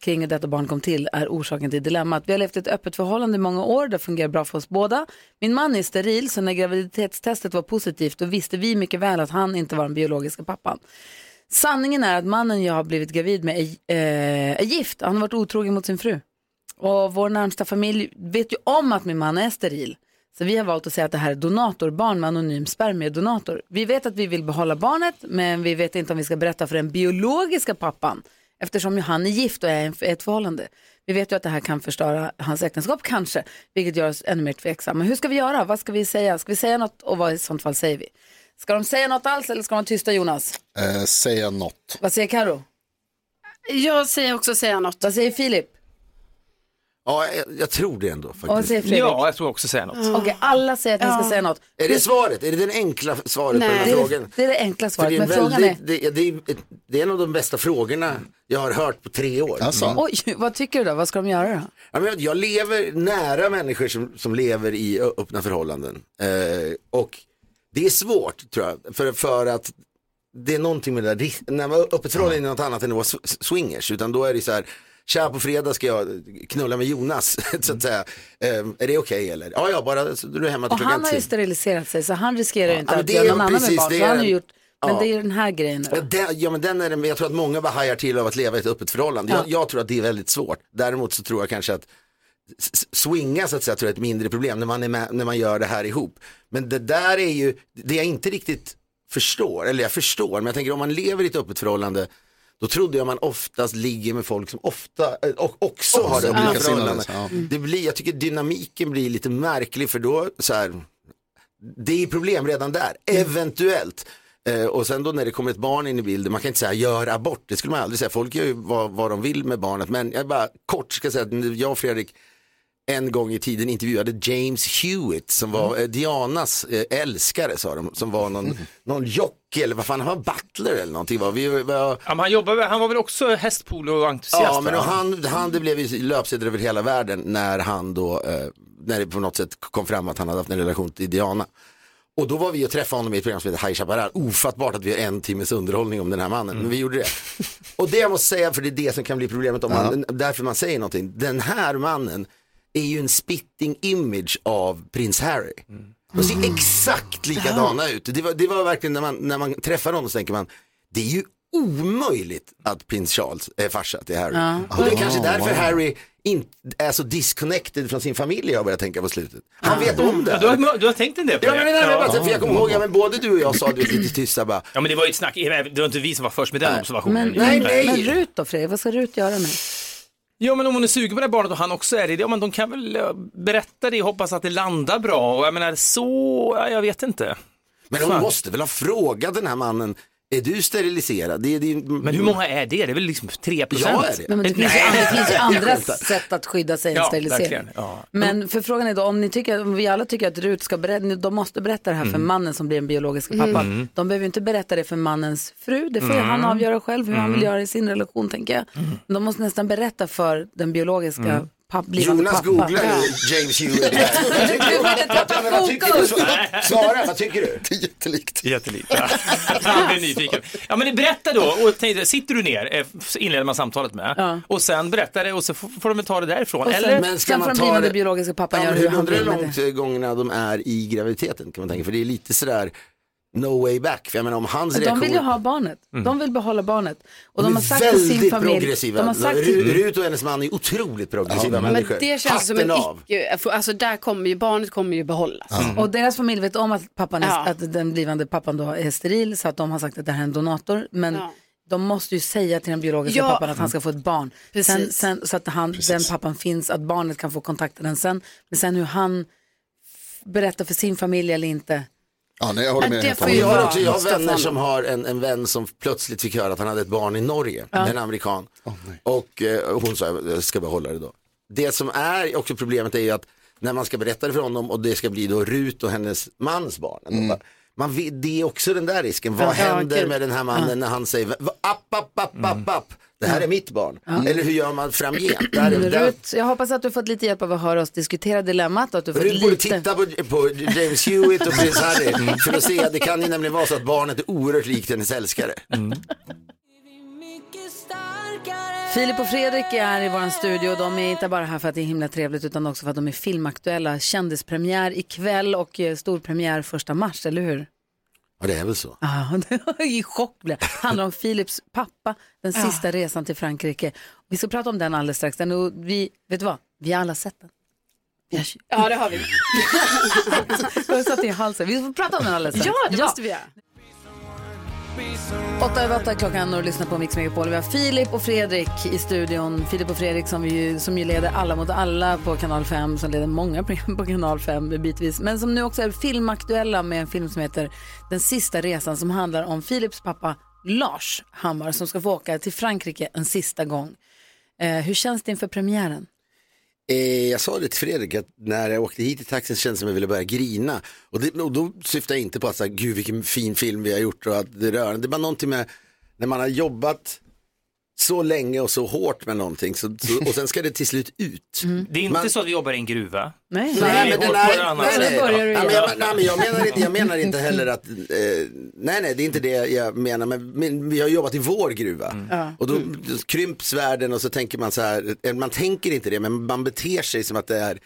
Speaker 3: kring hur detta barn kom till är orsaken till dilemmat. Vi har levt i ett öppet förhållande i många år, det fungerar bra för oss båda. Min man är steril, så när graviditetstestet var positivt då visste vi mycket väl att han inte var den biologiska pappan. Sanningen är att mannen jag har blivit gravid med är, eh, är gift. Han har varit otrogen mot sin fru. Och vår närmsta familj vet ju om att min man är steril. Så vi har valt att säga att det här är donatorbarn med anonym spermiedonator. Vi vet att vi vill behålla barnet, men vi vet inte om vi ska berätta för den biologiska pappan. Eftersom ju han är gift och är i ett förhållande. Vi vet ju att det här kan förstöra hans äktenskap kanske, vilket gör oss ännu mer tveksamma. Hur ska vi göra? Vad ska vi säga? Ska vi säga något och vad i sånt fall säger vi? Ska de säga något alls eller ska de vara tysta Jonas?
Speaker 6: Eh, säga något.
Speaker 3: Vad säger Karo?
Speaker 7: Jag säger också säga något.
Speaker 3: Vad säger Filip?
Speaker 12: Ja, jag, jag tror det ändå faktiskt.
Speaker 3: Och säger Fredrik?
Speaker 11: Ja, jag tror också säga något.
Speaker 7: Ah.
Speaker 3: Okej, alla säger att ni ska
Speaker 12: Ja.
Speaker 3: säga något.
Speaker 12: Är det svaret? Är det det enkla svaret på den
Speaker 3: det,
Speaker 12: här
Speaker 3: är,
Speaker 12: frågan?
Speaker 3: det är det enkla
Speaker 12: För det,
Speaker 3: svaret,
Speaker 12: är
Speaker 3: men
Speaker 12: en
Speaker 3: frågan är...
Speaker 12: väldigt, det, det, är, ett- det är en av de bästa frågorna jag har hört på tre år.
Speaker 3: Oj, vad tycker du då? Vad ska de göra då?
Speaker 12: Ja, men jag- Jag lever nära människor som, som lever i ö- öppna förhållanden. Eh, och det är svårt tror jag, för, för att det är någonting med det där, ris- när man öppet förhållande är något annat än att vara sw- swingers, utan då är det så här, tja på fredag ska jag knulla med Jonas, <laughs> så att säga. Eh, är det okej eller? Ja, ja, bara så du är hemma till
Speaker 3: Och han
Speaker 12: klockan
Speaker 3: har ju
Speaker 12: tio.
Speaker 3: steriliserat sig så han riskerar ju inte
Speaker 12: Ja, men
Speaker 3: att
Speaker 12: det
Speaker 3: göra
Speaker 12: är
Speaker 3: någon annan med
Speaker 12: precis,
Speaker 3: barn.
Speaker 12: det
Speaker 3: Så han
Speaker 12: är-
Speaker 3: har ju gjort, men
Speaker 12: ja.
Speaker 3: det är ju den här grejen.
Speaker 12: Ja, den, ja, men den är, det- jag tror att många bara hajar till av att leva i ett öppet förhållande. Jag, jag tror att det är väldigt svårt. Däremot så tror jag kanske att s- s- swinga så att säga tror jag är ett mindre problem när man, är med, när man gör det här ihop. Men det där är ju, det jag inte riktigt förstår, eller jag förstår, men jag tänker om man lever i ett öppet förhållande då trodde jag man oftast ligger med folk som ofta eh, och, också har det
Speaker 6: olika
Speaker 12: öppna förhållanden.
Speaker 6: sinnade, ja. Mm.
Speaker 12: Det blir, jag tycker dynamiken blir lite märklig för då så här, det är problem redan där,
Speaker 6: Mm.
Speaker 12: eventuellt. Eh, och sen då när det kommer ett barn in i bilden, man kan inte säga gör abort, det skulle man aldrig säga. Folk gör ju vad, vad de vill med barnet, men jag bara kort ska säga att jag och Fredrik en gång i tiden intervjuade James Hewitt som var eh, Dianas eh, älskare sa de, som var någon, någon jockey eller vad fan, han var butler eller någonting. Va? Vi, var,
Speaker 11: Ja, men han, jobbar, väl- han var väl också hästpolo och entusiast?
Speaker 12: Ja, men
Speaker 11: va?
Speaker 12: och han, han det blev ju löpsedel över hela världen när han då, eh, när det på något sätt kom fram att han hade haft en relation till Diana. Och då var vi och träffade honom i ett program som heter High Chaparral. Ofattbart att vi har en timmes underhållning om den här mannen, men vi gjorde det.
Speaker 11: Mm.
Speaker 12: Och det jag måste säga, för det är det som kan bli problemet om man, därför man säger någonting. Den här mannen är ju en spitting image av prins Harry.
Speaker 11: Mm.
Speaker 12: De ser exakt likadana ut. Det var, det var verkligen när man, när man träffar honom så tänker man, det är ju omöjligt att prins Charles är farsa till Harry.
Speaker 3: Ja.
Speaker 12: Och det är
Speaker 3: Ah,
Speaker 12: kanske därför
Speaker 3: wow.
Speaker 12: Harry inte är så disconnected från sin familj har jag börjat tänka på slutet. Han vet om det.
Speaker 11: Ja, du, har, du har tänkt en del på
Speaker 12: Ja,
Speaker 11: det?
Speaker 12: men, nej, nej, men, bara- för jag kommer ihåg, ja, men både du och jag sa det lite tysta bara,
Speaker 11: Ja, men det var ju ett snack, det var inte vi som var först med den observationen.
Speaker 3: Men,
Speaker 11: Nej, nej.
Speaker 3: men Rut då Fredrik, vad ska Rut
Speaker 12: <laughs>
Speaker 3: göra nu?
Speaker 11: Ja men om hon är sugen på det här barnet och han också är det, ja men de kan väl eh, berätta det och hoppas att det landar bra och jag menar så, ja, jag vet inte.
Speaker 12: men hon måste väl ha frågat den här mannen, är du steriliserad? Det, det,
Speaker 11: Men hur många är det? Det är väl liksom 3 procent?
Speaker 12: Jag är Mm. det.
Speaker 3: Nej, men det finns ju
Speaker 11: Nej.
Speaker 3: andra,
Speaker 11: <laughs>
Speaker 3: det finns ju andra
Speaker 11: Jag skämtar.
Speaker 3: sätt att skydda sig än
Speaker 11: Ja,
Speaker 3: sterilisering.
Speaker 11: verkligen. Ja.
Speaker 3: Men för frågan är då, om, ni tycker, om vi alla tycker att Rut ska berätta, de måste berätta det här för
Speaker 11: Mm.
Speaker 3: mannen som blir den biologiska
Speaker 11: Mm.
Speaker 3: pappan.
Speaker 11: Mm.
Speaker 3: De behöver ju inte berätta det för mannens fru, det får ju
Speaker 11: Mm.
Speaker 3: han avgöra själv hur han vill
Speaker 11: Mm.
Speaker 3: göra i sin relation tänker jag. Men De måste nästan berätta för den biologiska
Speaker 11: Mm.
Speaker 3: papp, blivande
Speaker 12: Jonas
Speaker 3: pappa.
Speaker 12: googlar ju James
Speaker 3: <laughs>
Speaker 12: Hewitt.
Speaker 3: Du borde tappa
Speaker 12: Vad tycker du?
Speaker 3: fokus.
Speaker 12: Sara, vad tycker du?
Speaker 6: Det är jättelikt.
Speaker 11: Jättelikt. Ja. Han blev nyfiken. Ja, men berätta då. Och tänk, dig, sitter du ner, eh, så inleder man samtalet med.
Speaker 3: Ja.
Speaker 11: Och sen berättar det och så får får de väl ta det därifrån.
Speaker 3: Och sen-
Speaker 11: Eller?
Speaker 3: Men ska Sen man får de ta blivande det- biologiska pappan
Speaker 12: Ja,
Speaker 3: göra
Speaker 12: men
Speaker 3: hur
Speaker 12: hur
Speaker 3: han
Speaker 12: undrar hur
Speaker 3: vill med
Speaker 12: långt eh, gångna de är i graviditeten kan man tänka. För det är lite sådär no way back. För jag menar om hans
Speaker 3: De vill ju
Speaker 12: reaktion.
Speaker 3: ha barnet.
Speaker 12: Mm.
Speaker 3: De vill behålla barnet. Och de
Speaker 12: är
Speaker 3: har sagt till sin
Speaker 12: väldigt
Speaker 3: familj.
Speaker 12: progressiva.
Speaker 3: De har sagt
Speaker 12: Ru-
Speaker 3: till,
Speaker 12: Rut och hennes man är otroligt progressiva
Speaker 7: Men
Speaker 12: människor.
Speaker 7: det känns som en
Speaker 12: Hatten av.
Speaker 7: icke, för alltså där kommer ju, barnet kommer ju behållas.
Speaker 12: Mm.
Speaker 3: och deras familj vet om att, pappan är,
Speaker 7: Ja.
Speaker 3: att den blivande pappan då är steril så att de har sagt att det här är en donator. Men de måste ju säga till den biologiska
Speaker 7: Ja.
Speaker 3: pappan att han ska få ett barn.
Speaker 7: Precis.
Speaker 3: Sen, sen, så att han, den pappan finns, att barnet kan få kontakta den sen. Men sen hur han f- berättar för sin familj eller inte.
Speaker 6: Ja, nej, jag håller
Speaker 3: Men
Speaker 6: med.
Speaker 3: det
Speaker 6: helt
Speaker 3: får
Speaker 6: och
Speaker 3: ju
Speaker 6: hållet.
Speaker 12: Jag har också jag har
Speaker 3: Staffan.
Speaker 12: vänner som har en, en vän som plötsligt fick höra att han hade ett barn i Norge,
Speaker 3: Ja.
Speaker 12: en amerikan. och eh, hon sa, jag ska behålla det då. Det som är också problemet är ju att när man ska berätta det för honom och det ska bli då Rut och hennes mans barn.
Speaker 6: Mm.
Speaker 11: Mm.
Speaker 12: ändå, Man vet, det är också den där risken, vad
Speaker 6: Ja,
Speaker 12: händer
Speaker 6: gud.
Speaker 12: med den här mannen när han säger, "Va- app, app, app, app, app, det här är mitt barn. Eller hur gör man framgent? Där, där,
Speaker 3: Rut, jag hoppas att du fått lite hjälp av att höra oss diskutera dilemmat och att du fått
Speaker 12: Rut borde
Speaker 3: lite
Speaker 12: titta på, på James Hewitt och prins Harry för att se, det kan ju nämligen vara så att barnet är oerhört likt hennes älskare.
Speaker 3: Filip och Fredrik är här i vår studio. De är inte bara här för att det är himla trevligt utan också för att de är filmaktuella. Kändispremiär ikväll och eh, storpremiär första mars, eller hur?
Speaker 12: Ja, det är väl så.
Speaker 3: <laughs> Ah, I chock blev jag. Handlar om Filips pappa, den sista resan till Frankrike. Vi ska prata om den alldeles strax. Den, och vi, vet du vad? Vi har alla sett den.
Speaker 7: Ja, det har vi.
Speaker 3: Jag satt i halsen. Vi får prata om den alldeles strax.
Speaker 7: <laughs> Ja, det måste vi göra.
Speaker 3: Åtta över åtta klockan och du lyssnar på Mix Megapol. Vi har Filip och Fredrik i studion. Filip och Fredrik som, vi ju, som ju leder Alla mot alla på Kanal 5, som leder många program på Kanal 5 bitvis. Men som nu också är filmaktuella med en film som heter Den sista resan som handlar om Filips pappa Lars Hammar som ska få åka till Frankrike en sista gång. Eh, hur känns det inför premiären?
Speaker 12: Eh, jag sa det till Fredrik att när jag åkte hit i taxin så kändes det som att jag ville börja grina. Och, det, och då syftar jag inte på att säga, gud vilken fin film vi har gjort och att det är rörande. Det var någonting med när man har jobbat så länge och så hårt med någonting så, så, och sen ska det till slut ut.
Speaker 7: Mm.
Speaker 11: Det är inte så att vi jobbar i en gruva.
Speaker 3: Nej,
Speaker 11: Nej,
Speaker 12: men
Speaker 11: vi
Speaker 12: den
Speaker 11: går på det
Speaker 12: är,
Speaker 11: andra
Speaker 12: nej, nej,
Speaker 11: sättet.
Speaker 12: nej,
Speaker 11: Ja,
Speaker 12: men
Speaker 11: men jag-
Speaker 12: jag- nej, men jag menar inte, jag menar inte heller att, eh, nej nej det är inte det jag menar, men, men vi har jobbat i vår gruva.
Speaker 3: Ja.
Speaker 12: Och då krymps världen och så tänker man så här, eh, man tänker inte det men man beter sig som att det är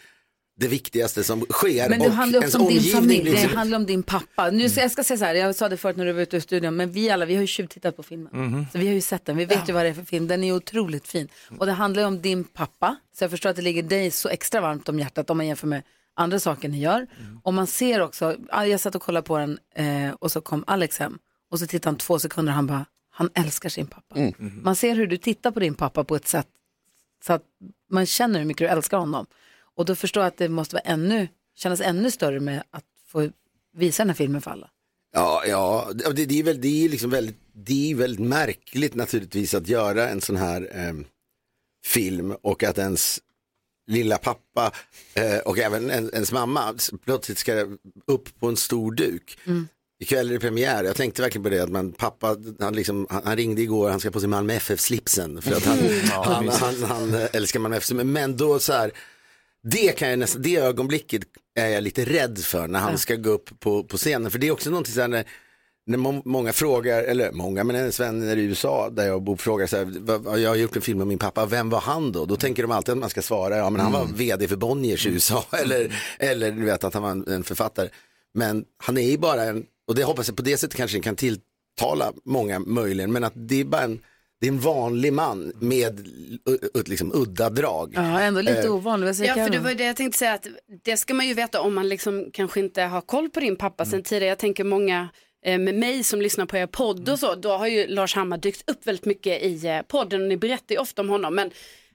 Speaker 12: det viktigaste som sker.
Speaker 3: Men det
Speaker 12: och
Speaker 3: handlar också om din
Speaker 12: omgivning liksom.
Speaker 3: familj,
Speaker 12: blir
Speaker 3: det
Speaker 12: så-
Speaker 3: handlar om din pappa. Nu, ska- jag ska säga så här, jag sa det förut när du var ute i studion, men vi alla, vi har ju tjuvtittat på filmen.
Speaker 12: Mhm.
Speaker 3: Så vi har ju sett den, vi vet ju vad det är för film, den är otroligt fin. Och det handlar ju om din pappa, så jag förstår att det ligger dig så extra varmt om hjärtat om man jämför med andra saker ni gör.
Speaker 11: Mm.
Speaker 3: Och man ser också, ah, jag satt och kollade på den eh, och så kom Alex hem och så tittade han två sekunder och han bara, han älskar sin pappa.
Speaker 11: Mm.
Speaker 3: Man ser hur du tittar på din pappa på ett sätt så att man känner hur mycket du älskar honom. Och då förstår jag att det måste vara ännu, kännas ännu större med att få visa den här filmen för alla.
Speaker 12: Ja, ja det, det, är väl, det, är liksom väldigt, det är väldigt märkligt naturligtvis att göra en sån här ehm, film och att ens lilla pappa eh, och även en, ens mamma s- plötsligt ska upp på en stor duk. Ikväll är det premiär, jag tänkte verkligen på det att man, pappa, han, liksom, han, han ringde igår, han ska på sig Malmö FF-slipsen för att han,
Speaker 11: Mm. Ja,
Speaker 12: han,
Speaker 11: mysigt.
Speaker 12: han, han eh, älskar Malmö FF, men då så här, det, kan jag nästan, det ögonblicket är jag lite rädd för när han ska gå upp på, på scenen. För det är också någonting så här när, när må, många frågar, eller många, men ens vänner i USA där jag bor frågar så här, "Vad- vad- jag har gjort en film om min pappa, vem var han då? Då
Speaker 3: Mm.
Speaker 12: tänker de alltid att man ska svara, ja men han var vd för Bonniers i USA, <laughs>
Speaker 3: Mm.
Speaker 12: eller, eller du vet att han var en, en författare. Men han är ju bara en, och det hoppas jag på det sättet kanske kan tilltala många möjligen, men att det är bara en, det är en vanlig man med eh, liksom, udda drag.
Speaker 3: Mm. Ja, ändå lite
Speaker 12: Eh,
Speaker 3: ovanlig. Vad säger
Speaker 7: Ja, för det
Speaker 3: Karo?
Speaker 7: var ju det jag tänkte säga att det ska man ju veta om man liksom kanske inte har koll på din pappa
Speaker 11: Mm.
Speaker 7: sen tidigare. Jag tänker många eh, med mig som lyssnar på er podd
Speaker 11: Mm.
Speaker 7: och så, då har ju Lars Hammar dykt upp väldigt mycket i eh, podden och ni berättar ju ofta om honom. Men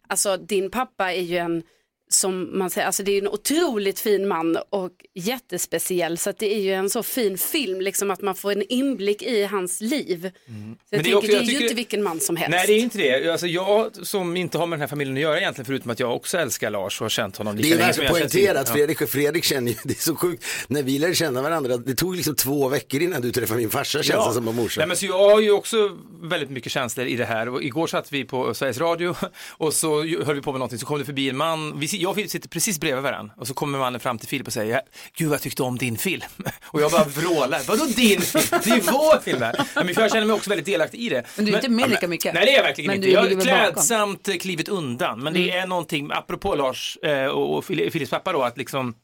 Speaker 7: alltså din pappa är ju en som man säger, alltså det är ju en otroligt fin man och jättespeciell så att det är ju en så fin film liksom att man får en inblick i hans liv. Så jag
Speaker 11: Mm. Men det är
Speaker 7: tänker,
Speaker 11: också-
Speaker 7: det är
Speaker 11: jag tycker-
Speaker 7: ju inte vilken man som helst.
Speaker 11: Nej, det är inte det. Alltså, jag som inte har med den här familjen att göra egentligen, förutom att jag också älskar Lars och har känt honom
Speaker 12: Det är
Speaker 11: länge
Speaker 12: värt
Speaker 11: som
Speaker 12: att
Speaker 11: jag har känt
Speaker 12: poängtera
Speaker 11: till-
Speaker 12: att
Speaker 11: Ja.
Speaker 12: Fredrik och Fredrik känner ju, <laughs> det är så sjukt, när vi lärde känna varandra, det tog liksom två veckor innan du träffade min farsa känns det som och morsan.
Speaker 11: Nej, men så jag har ju också väldigt mycket känslor i det här. Och igår satt vi på Sveriges Radio <laughs> och så ju- höll vi på med någonting. Så kom det förbi en man. Vi, si- jag och Filip sitter precis bredvid varandra. Och så kommer mannen fram till Filip och säger, gud vad jag tyckte om din film. <laughs> Och jag bara vrålar, vadå din film? Det är ju vår film här. Nej, Men för jag känner mig också väldigt delaktig i det.
Speaker 13: Men du är inte med lika mycket.
Speaker 11: Nej, det är jag verkligen
Speaker 13: Men
Speaker 11: inte.
Speaker 13: du
Speaker 11: Jag
Speaker 13: ligger
Speaker 11: har
Speaker 13: väl bakom. Mm.
Speaker 11: klädsamt eh, klivit undan. Men det är någonting, apropå Lars eh, och och Fili- Filips pappa då, att liksom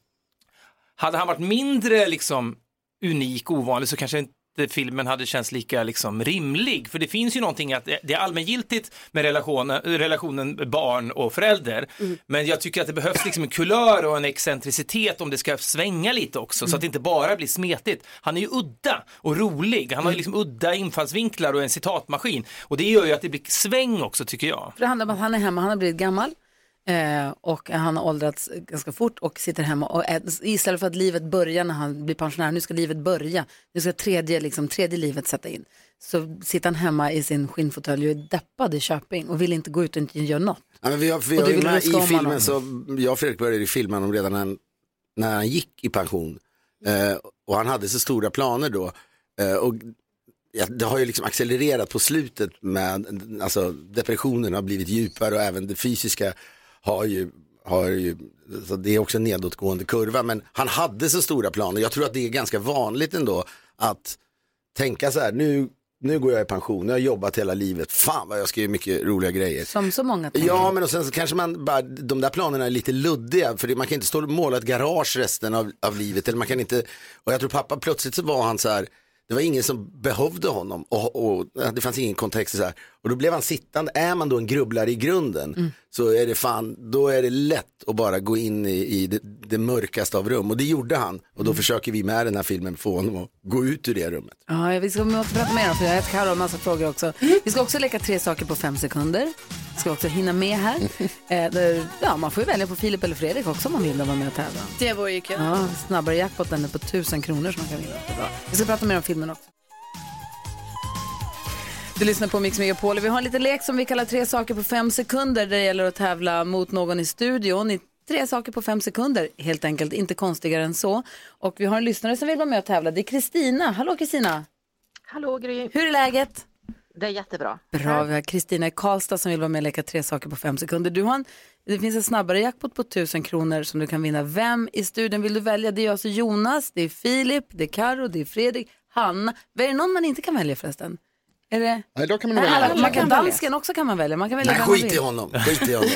Speaker 11: hade han varit mindre liksom unik, ovanlig så kanske inte filmen hade känts lika liksom rimlig. För det finns ju någonting att det- det är allmängiltigt med relationen, relationen barn och förälder.
Speaker 14: Mm.
Speaker 11: Men jag tycker att det behövs liksom en kulör och en excentricitet om det ska svänga lite också.
Speaker 14: Mm.
Speaker 11: Så att det inte bara blir smetigt. Han är ju udda och rolig.
Speaker 14: Mm.
Speaker 11: Han har ju liksom udda infallsvinklar och en citatmaskin. Och det gör ju att det blir sväng också tycker jag.
Speaker 3: För det handlar om att han är hemma, han har blivit gammal eh, och han har åldrats ganska fort och sitter hemma. Och är, istället för att livet börjar när han blir pensionär, nu ska livet börja, nu ska tredje, liksom, tredje livet sätta in. Så sitter han hemma i sin skinnfåtölj och är deppad i Köping och vill inte gå ut och inte göra något.
Speaker 12: Ja, men vi har, vi
Speaker 3: Och
Speaker 12: har
Speaker 3: du
Speaker 12: ju
Speaker 3: vill
Speaker 12: med
Speaker 3: ruska
Speaker 12: i
Speaker 3: om
Speaker 12: filmen,
Speaker 3: honom.
Speaker 12: så jag och Fredrik började ju filma honom redan när han, när han gick i pension. Eh, och han hade så stora planer då. Eh, och ja, det har ju liksom accelererat på slutet med, alltså depressionen har blivit djupare och även det fysiska har ju, har ju så det är också en nedåtgående kurva. Men han hade så stora planer, jag tror att det är ganska vanligt ändå att tänka så här, nu, nu går jag i pension, nu har jag jobbat hela livet, fan vad jag ska göra mycket roliga grejer.
Speaker 3: Som så många tänker.
Speaker 12: Ja, men och sen så kanske man bara, de där planerna är lite luddiga, för det- man kan inte stå och måla ett garage resten av, av livet, eller man kan inte, och jag tror pappa, plötsligt så var han så här, det var ingen som behövde honom och, och det fanns ingen kontext. Och, så här. och då blev han sittande, är man då en grubblare i grunden så är det fan, då är det lätt att bara gå in i, i det, det mörkaste av rum. Och det gjorde han. Och då försöker vi med den här filmen få honom att gå ut ur det rummet.
Speaker 3: Ja, vi ska måste prata mer om för jag heter Karo och har en massa frågor också. Vi ska också leka tre saker på fem sekunder. Vi ska också hinna med här.
Speaker 12: <laughs>
Speaker 3: Eh, det- Ja, man får ju välja på Filip eller Fredrik också om man vill vara med och tävla.
Speaker 7: Det vore ju kul.
Speaker 3: Ja, snabbare jackpoten är på 1000 kronor som man kan vinna. Det är bra. Vi ska prata mer om filmen också. Du lyssnar på Mix Megapol och vi har en liten lek som vi kallar tre saker på fem sekunder där det gäller att tävla mot någon i studion i tre saker på fem sekunder, helt enkelt, inte konstigare än så. Och vi har en lyssnare som vill vara med och tävla, det är Kristina. Hallå Kristina!
Speaker 15: Hallå Gry.
Speaker 3: Hur är läget?
Speaker 15: Det är jättebra.
Speaker 3: Bra, vi har Kristina i Karlstad som vill vara med och leka tre saker på fem sekunder. Du har en, det finns en snabbare jackpot på 1000 kronor som du kan vinna. Vem i studion vill du välja? Det är alltså Jonas, det är Filip, det är Karo, det är Fredrik, Hanna. Är det någon man inte kan välja förresten? Är det...
Speaker 6: Nej, då kan man
Speaker 3: Nej,
Speaker 6: välja.
Speaker 3: alla, man kan dansken också kan man välja. Man kan välja
Speaker 12: Nej,
Speaker 3: vem man
Speaker 12: skit i
Speaker 3: vill.
Speaker 12: honom. Skit i honom.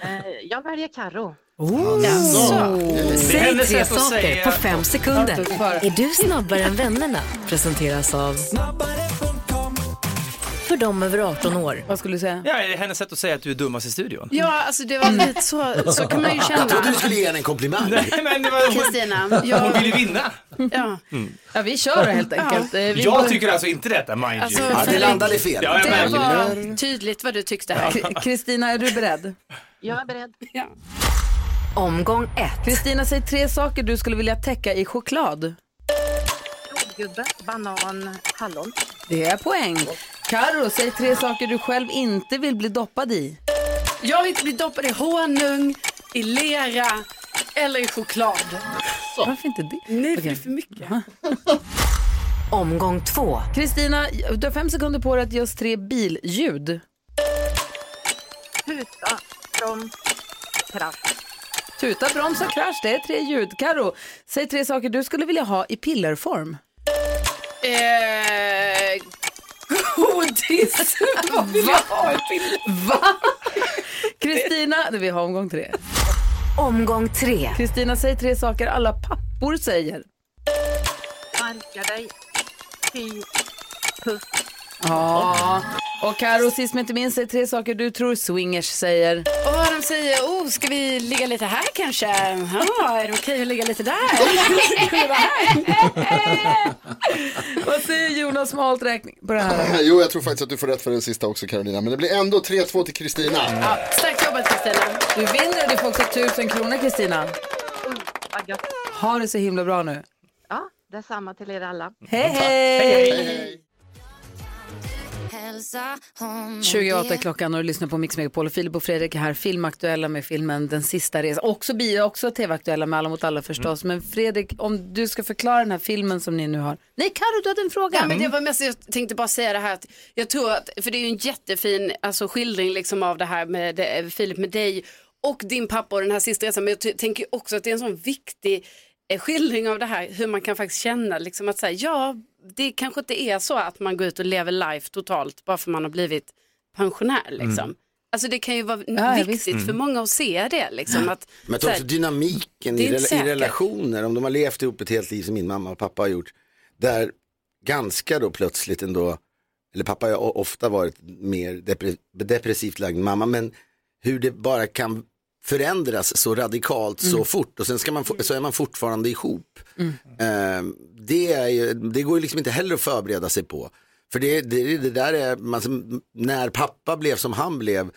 Speaker 15: Eh, Jag väljer Karo.
Speaker 3: Oh.
Speaker 14: Säg tre saker på fem sekunder.
Speaker 15: Ja, du svarar.
Speaker 14: Är du snabbare än vännerna? Presenteras av för dem över 18 år.
Speaker 3: Vad skulle du säga?
Speaker 11: Ja, är det hennes sätt att säga att du är dummast i studion?
Speaker 7: Ja, alltså det var lite så, så kan man ju känna.
Speaker 12: <laughs> Jag trodde du skulle ge henne en komplimang.
Speaker 11: Nej, men det var...
Speaker 7: Kristina,
Speaker 11: Hon
Speaker 7: jag,
Speaker 11: vill ju vinna.
Speaker 7: ja.
Speaker 11: Mm.
Speaker 3: ja, vi kör då, helt enkelt. Eh, vi
Speaker 11: Jag
Speaker 3: börjar-
Speaker 11: tycker alltså inte detta, mind
Speaker 3: Alltså,
Speaker 11: you.
Speaker 3: Ja, det Fredrik, landade
Speaker 12: fel.
Speaker 11: Ja, jag
Speaker 7: det
Speaker 11: märker det.
Speaker 7: var tydligt vad du tyckte här.
Speaker 3: Kri- Kristina, är du beredd?
Speaker 15: Jag är beredd.
Speaker 3: Omgång ett. Kristina, säg tre saker du skulle vilja täcka i choklad.
Speaker 15: Jordgubbe, banan, hallon.
Speaker 3: Det är poäng. Karo, säg tre saker du själv inte vill bli doppad i.
Speaker 7: Jag vill inte bli doppad i honung, i lera eller i choklad.
Speaker 3: Varför inte det?
Speaker 7: Nej, det är för mycket.
Speaker 3: Omgång två. Kristina, du har fem sekunder på dig att ge oss tre billjud.
Speaker 15: Tuta, från, kraft.
Speaker 3: Tuta, broms och krasch, det är tre ljud. Karo, säg tre saker du skulle vilja ha i pillerform.
Speaker 7: Eh, godis.
Speaker 3: <laughs>
Speaker 7: Vad vill jag ha i bild?
Speaker 3: Va? Kristina, det vi har omgång tre. Omgång tre. Kristina, säg tre saker alla pappor säger.
Speaker 15: Sparka dig, fy, puff.
Speaker 3: Ja. Och Karo, sist men inte minst, säg tre saker du tror swingers säger.
Speaker 7: Och vad de säger, oh, ska vi ligga lite här kanske?
Speaker 15: <laughs>
Speaker 7: Ja, är det okej att ligga lite där? Ska vi vara här?
Speaker 3: Vad säger Jonas med halt räkning på det här?
Speaker 6: <laughs> Jo, jag tror faktiskt att du får rätt för den sista också Carolina. Men det blir ändå 3-2 till Kristina.
Speaker 7: Ja, starkt jobbat Kristina.
Speaker 3: Du vinner och du får också tusen kronor Kristina.
Speaker 15: Vad gött.
Speaker 3: Ha det så himla bra nu.
Speaker 15: Ja, detsamma till er alla.
Speaker 3: Hej, hej! 28 är klockan och du lyssnar på Mix Megapol och Filip och Fredrik är här. Filmaktuella med filmen Den sista resan. Också bio, också tv-aktuella med Alla mot alla förstås. Men Fredrik, om du ska förklara den här filmen som ni nu har. Nej, Karo, du hade en fråga. Mm.
Speaker 7: Ja, men det var mest, jag tänkte bara säga det här att jag tror att, för det är ju en jättefin alltså, skildring liksom av det här med det, Filip med dig och din pappa och den här sista resan. Men jag ty- tänker ju också att det är en sån viktig eh, skildring av det här hur man kan faktiskt känna liksom att säga ja, det kanske inte är så att man går ut och lever life totalt bara för man har blivit pensionär liksom.
Speaker 12: Mm.
Speaker 7: Alltså det kan ju vara
Speaker 3: Ja, ja,
Speaker 7: viktigt
Speaker 12: visst.
Speaker 7: för många att se det liksom. Att,
Speaker 12: Men jag
Speaker 7: så
Speaker 12: tror
Speaker 7: här,
Speaker 12: också dynamiken
Speaker 7: Det är
Speaker 12: i,
Speaker 7: inte
Speaker 12: rela-
Speaker 7: säkert.
Speaker 12: i relationer, om de har levt ihop ett helt liv som min mamma och pappa har gjort, där ganska då plötsligt ändå, eller pappa har o- ofta varit mer depre- depressivt lagd än mamma, men hur det bara kan förändras så radikalt så
Speaker 13: Mm.
Speaker 12: fort och sen ska man få, så är man fortfarande ihop.
Speaker 13: Mm.
Speaker 12: Eh, det, är ju, det går ju liksom inte heller att förbereda sig på. För det, det, det där är, man, när pappa blev som han blev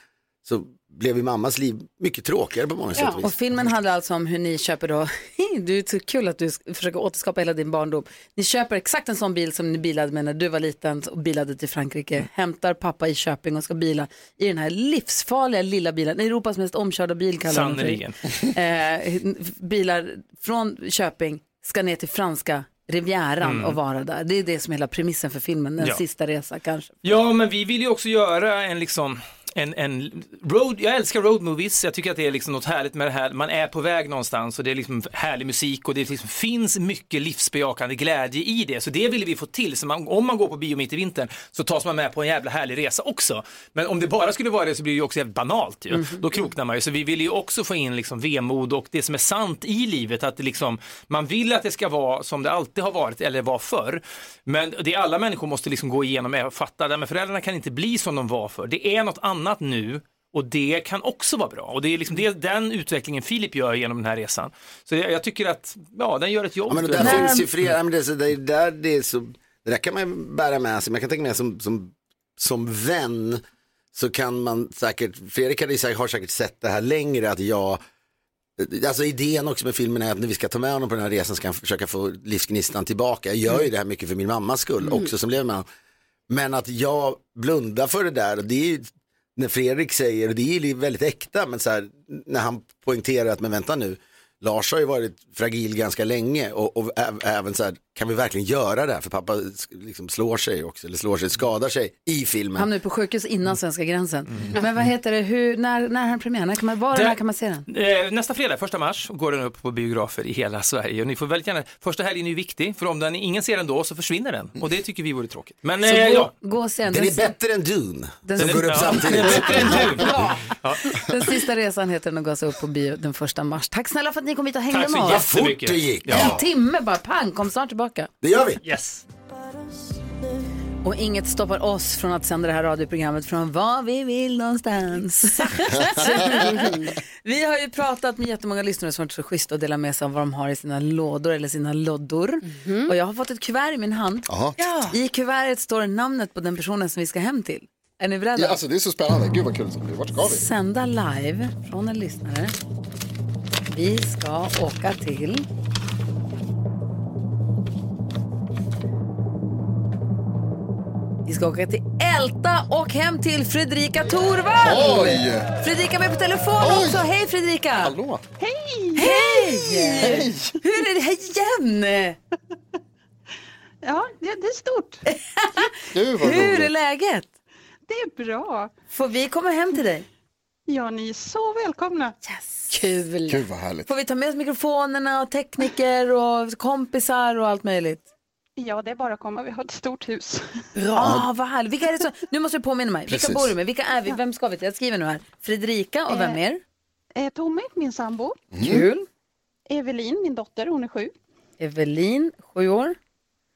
Speaker 12: så blev ju mammas liv mycket tråkigare på många sätt
Speaker 3: Ja,
Speaker 12: och
Speaker 3: och
Speaker 12: vis.
Speaker 3: filmen handlar alltså om hur ni köper då, <laughs> det är så kul att du sk- försöker återskapa hela din barndom. Ni köper exakt en sån bil som ni bilade med när du var liten och bilade till Frankrike, hämtar pappa i Köping och ska bila i den här livsfarliga lilla bilen, Europas mest omkörda bil kallar man den
Speaker 11: Sannerligen.
Speaker 3: eh, Bilar från Köping ska ner till franska Rivieran
Speaker 11: Mm.
Speaker 3: och vara där. Det är det som är hela premissen för filmen, den
Speaker 11: Ja.
Speaker 3: sista resa kanske.
Speaker 11: Ja, men vi vill ju också göra en liksom en, en road, jag älskar road movies, jag tycker att det är liksom något härligt med det här, man är på väg någonstans och det är liksom härlig musik och det liksom finns mycket livsbejakande glädje i det, så det vill vi få till, så man, om man går på bio mitt i vintern så tas man med på en jävla härlig resa också. Men om det bara skulle vara det så blir det ju också jävligt banalt ju,
Speaker 13: Mhm.
Speaker 11: då kroknar man ju, så vi vill ju också få in liksom vemod och det som är sant i livet, att det liksom, man vill att det ska vara som det alltid har varit eller var förr, men det alla människor måste liksom gå igenom är att fatta, nej, men föräldrarna kan inte bli som de var förr, det är något annat nu och det kan också vara bra och det är liksom det, den utvecklingen Filip gör genom den här resan. Så jag, jag tycker att, ja, den gör ett jobb.
Speaker 12: Ja, men det där finns ju flera, ja, men det, är så, det, är där, det, är så, det där kan man ju bära med sig, men jag kan tänka mig som, som, som vän så kan man säkert, Fredrik hade ju säkert, har säkert sett det här längre att jag, alltså idén också med filmen är att när vi ska ta med honom på den här resan ska han försöka få livsgnistan tillbaka. Jag gör ju det här mycket för min mammas skull
Speaker 13: Mm.
Speaker 12: också som lever med honom. Men att jag blundar för det där, och det är ju, när Fredrik säger, och det är ju väldigt äkta, men så här, när han poängterar att men vänta nu, Lars har ju varit fragil ganska länge och, och ä- även så här, kan vi verkligen göra det här? För pappa sk- liksom slår sig också, eller slår sig, skadar sig i filmen.
Speaker 3: Han är på sjukhus
Speaker 11: Mm.
Speaker 3: innan svenska gränsen. Men vad heter det, hur, när, när har den premiär? När kan man vara
Speaker 11: Det-
Speaker 3: där, när kan man se den?
Speaker 11: Eh, Nästa fredag, första mars, går den upp på biografer i hela Sverige. Och ni får väldigt gärna, första helgen är ju viktig, för om den, ingen ser den då så försvinner den. Och det tycker vi vore tråkigt. Men
Speaker 3: Så
Speaker 11: eh,
Speaker 3: gå,
Speaker 11: ja.
Speaker 3: gå och se den.
Speaker 12: Den är
Speaker 3: Den,
Speaker 12: bättre än Dune,
Speaker 3: Den-
Speaker 12: som går upp
Speaker 11: <laughs> Ja,
Speaker 12: samtidigt.
Speaker 11: den är bättre än Dune.
Speaker 3: den sista resan heter den och går så upp på bio den första mars. Tack snälla för att ni kom hit och hängde
Speaker 12: Tack så
Speaker 3: med oss.
Speaker 12: jättemycket. Vad fort det gick.
Speaker 3: En
Speaker 12: Ja.
Speaker 3: timme bara, pang, kom snart tillbaka.
Speaker 12: Det gör vi.
Speaker 11: Yes.
Speaker 3: Och inget stoppar oss från att sända det här radioprogrammet från var vi vill någonstans. <laughs> vi har ju pratat med jättemånga lyssnare som har varit så schyssta att dela med sig av vad de har i sina lådor eller sina loddor. Och jag har fått ett kuvert i min hand.
Speaker 6: Jaha.
Speaker 3: I kuvertet står namnet på den personen som vi ska hem till. Är ni beredda?
Speaker 6: Ja, alltså det är så spännande. Gud vad kul det ska bli. Vart ska vi?
Speaker 3: Sända live från en lyssnare. Vi ska åka till... Vi ska åka till Älta och hem till Fredrika Torvald!
Speaker 6: Oj!
Speaker 3: Fredrika är med på telefon
Speaker 6: Oj!
Speaker 3: också. Hej Fredrika!
Speaker 6: Hallå!
Speaker 3: Hej! Hej! Hur är det här igen?
Speaker 16: Ja, det det är stort.
Speaker 6: Gud
Speaker 16: vad
Speaker 3: Hur är
Speaker 16: roligt.
Speaker 3: läget?
Speaker 16: Det är bra.
Speaker 3: Får vi komma hem till dig?
Speaker 16: Ja, ni är så välkomna.
Speaker 3: Yes. Kul!
Speaker 6: Gud vad härligt.
Speaker 3: Får vi ta med oss mikrofonerna och tekniker och kompisar och allt möjligt?
Speaker 16: Ja, det är bara att komma. Vi har ett stort hus.
Speaker 3: Bra, vad härligt. Vilka är det som, nu måste du påminna mig. Vilka
Speaker 16: Precis.
Speaker 3: bor du med? Vilka är vi? Vem ska vi till? Jag skriver nu här. Fredrika och vem
Speaker 16: Eh,
Speaker 3: mer?
Speaker 16: Eh, Tommy, min sambo.
Speaker 3: Kul.
Speaker 16: Evelin, min dotter, hon är sju.
Speaker 3: Evelin, sju år.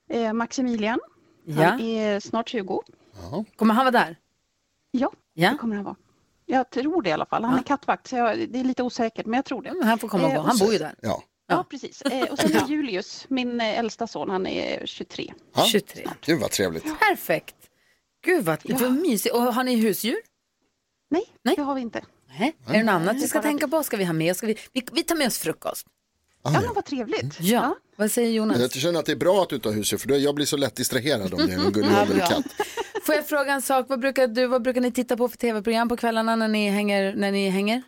Speaker 16: Eh, Maximilian,
Speaker 3: Ja.
Speaker 16: han är snart 20.
Speaker 3: Kommer han vara där?
Speaker 16: Ja,
Speaker 3: Ja.
Speaker 16: det kommer han vara. Jag tror det i alla fall. Han är kattvakt, så jag, det är lite osäkert, men jag tror det.
Speaker 3: han får komma och gå. Han bor ju där.
Speaker 6: Ja.
Speaker 16: Ja, precis. Eh, och sen är Julius, min eh, äldsta son, han är 23.
Speaker 6: Ja.
Speaker 3: 23.
Speaker 6: Gud vad trevligt.
Speaker 3: Perfekt. Gud vad, vad mysigt. Och har ni husdjur?
Speaker 16: Nej, det har vi inte.
Speaker 3: Nej. Är det något annat vi ska tänka på? Ska vi ha med? Ska vi, vi, vi tar med oss frukost.
Speaker 16: Ja, men vad trevligt.
Speaker 3: Ah, Ja. Vad säger Jonas?
Speaker 6: Jag känner att det är bra att du inte har husdjur för då- jag blir så lätt distraherad om det är någon gullig
Speaker 3: Ja,
Speaker 6: eller
Speaker 3: bra.
Speaker 6: katt.
Speaker 3: Får jag fråga en sak? Vad brukar, du, vad brukar ni titta på för tv-program på kvällarna när ni hänger? När ni hänger?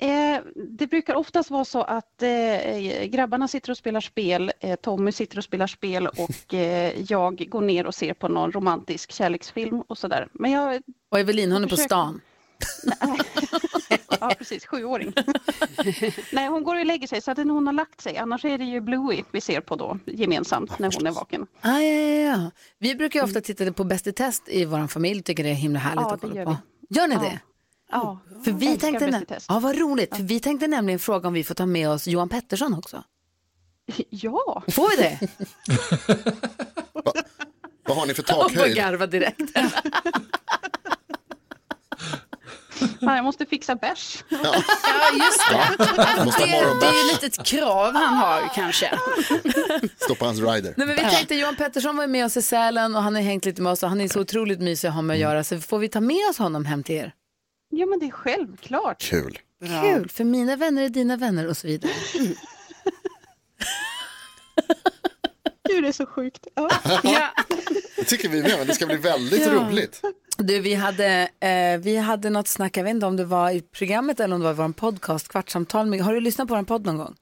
Speaker 16: Eh, det brukar oftast vara så att eh, grabbarna sitter och spelar spel, eh, Tommy sitter och spelar spel
Speaker 3: <laughs>
Speaker 16: och eh, jag går ner och ser på någon romantisk kärleksfilm och sådär. Men jag,
Speaker 3: och Evelin, hon är på stan.
Speaker 16: <laughs> ja, precis,
Speaker 3: <laughs>
Speaker 16: sjuåring. Nej, hon går och lägger sig så att när hon har lagt sig, annars är det ju Bluey vi ser på då gemensamt när hon är vaken.
Speaker 3: Ah, ja, ja, ja. Mm. Vi brukar ju ofta titta på Bäst i test i vår familj. Tycker det är himla härligt
Speaker 16: Ja,
Speaker 3: att
Speaker 16: det
Speaker 3: kolla
Speaker 16: gör
Speaker 3: på.
Speaker 16: vi.
Speaker 3: Gör ni
Speaker 16: Ja.
Speaker 3: det?
Speaker 16: Ja,
Speaker 3: För vi
Speaker 16: älskar
Speaker 3: tänkte,
Speaker 16: Bäst i
Speaker 3: nä-
Speaker 16: test.
Speaker 3: ja, vad roligt. För vi tänkte nämligen fråga om vi får ta med oss Johan Pettersson också.
Speaker 16: Ja.
Speaker 3: Får vi det?
Speaker 6: Vad har ni
Speaker 16: <laughs>
Speaker 6: för
Speaker 3: Och bara
Speaker 6: takhöjd?
Speaker 3: garva direkt.
Speaker 16: Fan, jag måste fixa bärs.
Speaker 7: Ja, just det.
Speaker 6: Ja. Måste ha
Speaker 7: Det, det är ju
Speaker 6: morgonbärs.
Speaker 7: lite ett krav han har kanske.
Speaker 6: Stoppa hans rider.
Speaker 3: <laughs>
Speaker 6: <laughs>
Speaker 3: Nej, men vi tänkte Johan Pettersson var ju med oss i Sälen och han har hängt lite med oss och han är så otroligt mysig att ha med att göra. Så får vi ta med oss honom hem till er?
Speaker 16: Ja, men det är självklart.
Speaker 6: Kul.
Speaker 3: Kul, för mina vänner är dina vänner och så <laughs> vidare.
Speaker 16: Gud, det är så sjukt. Ja.
Speaker 6: Det tycker vi med, men det ska bli väldigt
Speaker 3: Ja.
Speaker 6: roligt.
Speaker 3: Du, vi hade, eh, vi hade något snack, jag vet inte om det var i programmet eller om det var i vår podcast, Kvartsamtal. Med, har du lyssnat på vår podd någon gång?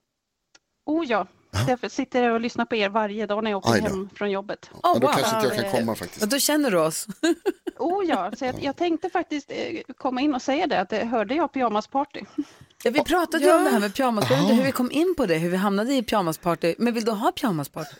Speaker 16: Oh ja, därför sitter jag och lyssnar på er varje dag när jag
Speaker 3: Aj
Speaker 16: åker
Speaker 3: då.
Speaker 16: hem från jobbet.
Speaker 3: Ja, då Oh, wow. kanske inte jag
Speaker 6: kan komma faktiskt.
Speaker 3: Och då känner du oss.
Speaker 16: Oh ja, så jag, jag tänkte faktiskt eh, komma in och säga det, att eh, hörde jag pyjamasparty?
Speaker 3: Ja, vi pratade ju om det här med pyjamas, jag vet inte hur vi kom in på det, hur vi hamnade i pyjamasparty. Men vill du ha pyjamasparty?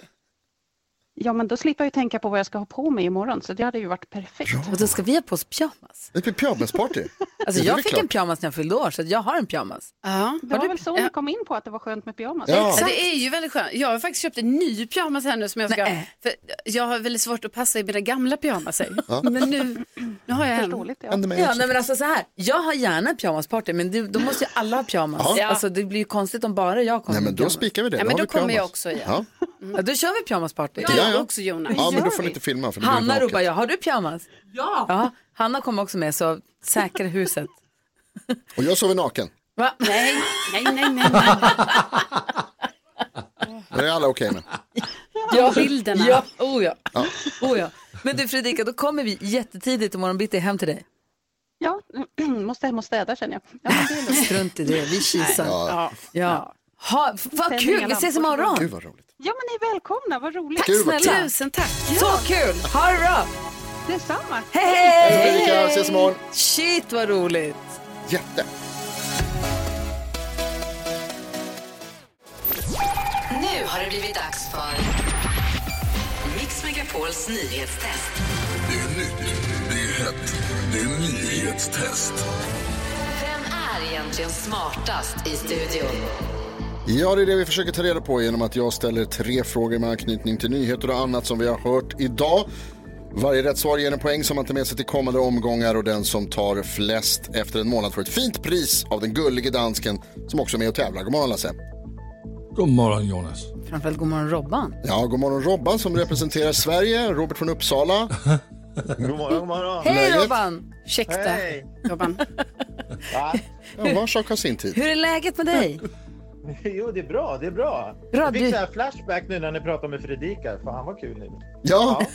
Speaker 16: Ja, men då slipper jag ju tänka på vad jag ska ha på mig imorgon, så det hade ju varit perfekt.
Speaker 3: Och då ska vi ha på oss pyjamas?
Speaker 6: Det blir pyjamasparty.
Speaker 3: Alltså
Speaker 16: Det är
Speaker 3: jag
Speaker 16: väl
Speaker 3: fick
Speaker 16: klart.
Speaker 3: en pyjamas när jag fyllde år, så att jag har en pyjamas.
Speaker 7: Ja.
Speaker 16: Det var väl så ni kom in på att det var skönt med pyjamas?
Speaker 7: Ja. Det är ju väldigt skönt. Jag har faktiskt köpt en ny pyjamas här nu som jag ska... För jag har väldigt svårt att passa i mina gamla pyjamasar.
Speaker 3: Ja.
Speaker 7: Men nu, nu har jag en.
Speaker 3: Ja, nej, men alltså så här. Jag har gärna pyjamasparty, men det, då måste ju alla ha pyjamas.
Speaker 7: Ja.
Speaker 3: Alltså, det blir ju konstigt om bara jag kommer.
Speaker 6: Nej, men då spikar vi det.
Speaker 7: Ja, men då kommer jag också igen. Mm.
Speaker 6: Ja.
Speaker 3: Ja, då kör vi pyjamasparty.
Speaker 6: Ja, ja. Ja, men då får ni inte filma. För det blir
Speaker 3: Hanna
Speaker 6: naket.
Speaker 3: ropar jag, har du pyjamas? Ja. ja! Hanna kommer också med, så säkra huset.
Speaker 6: Och jag sover naken.
Speaker 3: Va?
Speaker 7: Nej, nej, nej, nej. nej.
Speaker 6: Det är alla okej med.
Speaker 3: Ja,
Speaker 7: bilderna.
Speaker 3: Ja, oh ja.
Speaker 6: Ja.
Speaker 3: Oh ja. Men du Fredrika, då kommer vi jättetidigt imorgon bitti hem till dig.
Speaker 16: Ja, <clears throat> måste hem och städa känner jag. Ja, men det är lugnt.
Speaker 3: Strunt i det, vi kisar.
Speaker 16: Ja. Ja.
Speaker 3: Ja. Ha, f- vad
Speaker 16: Tändningar,
Speaker 3: kul, vi ses
Speaker 16: lampor,
Speaker 3: imorgon.
Speaker 16: Gud,
Speaker 6: vad roligt.
Speaker 16: ja, men ni är välkomna, vad roligt.
Speaker 3: Tack Gud, vad snälla. kul. Tusen
Speaker 7: tack.
Speaker 3: Så kul, ha det bra.
Speaker 16: Detsamma.
Speaker 3: Hej, hej!
Speaker 6: Hej, Fredrika, ses imorgon.
Speaker 3: Shit vad roligt.
Speaker 6: Jätte.
Speaker 14: Nu har det blivit dags för Mix Megapols nyhetstest.
Speaker 13: Det är nytt, det är hett, det är nyhetstest.
Speaker 14: Vem är egentligen smartast i studion?
Speaker 6: Ja, det är det vi försöker ta reda på genom att jag ställer tre frågor med anknytning till nyheter och annat som vi har hört idag. Varje rätt svar ger en poäng som man tar med sig till kommande omgångar och den som tar flest efter en månad får ett fint pris av den gullige dansken som också är med och tävlar. God morgon Lasse!
Speaker 5: God morgon Jonas.
Speaker 3: Framförallt god morgon Robban.
Speaker 6: Ja, god morgon Robban som representerar Sverige, Robert
Speaker 17: <laughs>
Speaker 6: från Uppsala. god morgon, god morgon!
Speaker 3: Hej Robban!
Speaker 7: Ursäkta, Robban.
Speaker 6: Ja, var sak har sin tid.
Speaker 3: Hur är läget med dig?
Speaker 17: <laughs> Jo, det är bra. Det är bra.
Speaker 3: Bra,
Speaker 17: jag fick
Speaker 3: du-
Speaker 17: så här flashback nu när ni pratade med Fredrika. Fan, han var kul nu.
Speaker 6: Ja,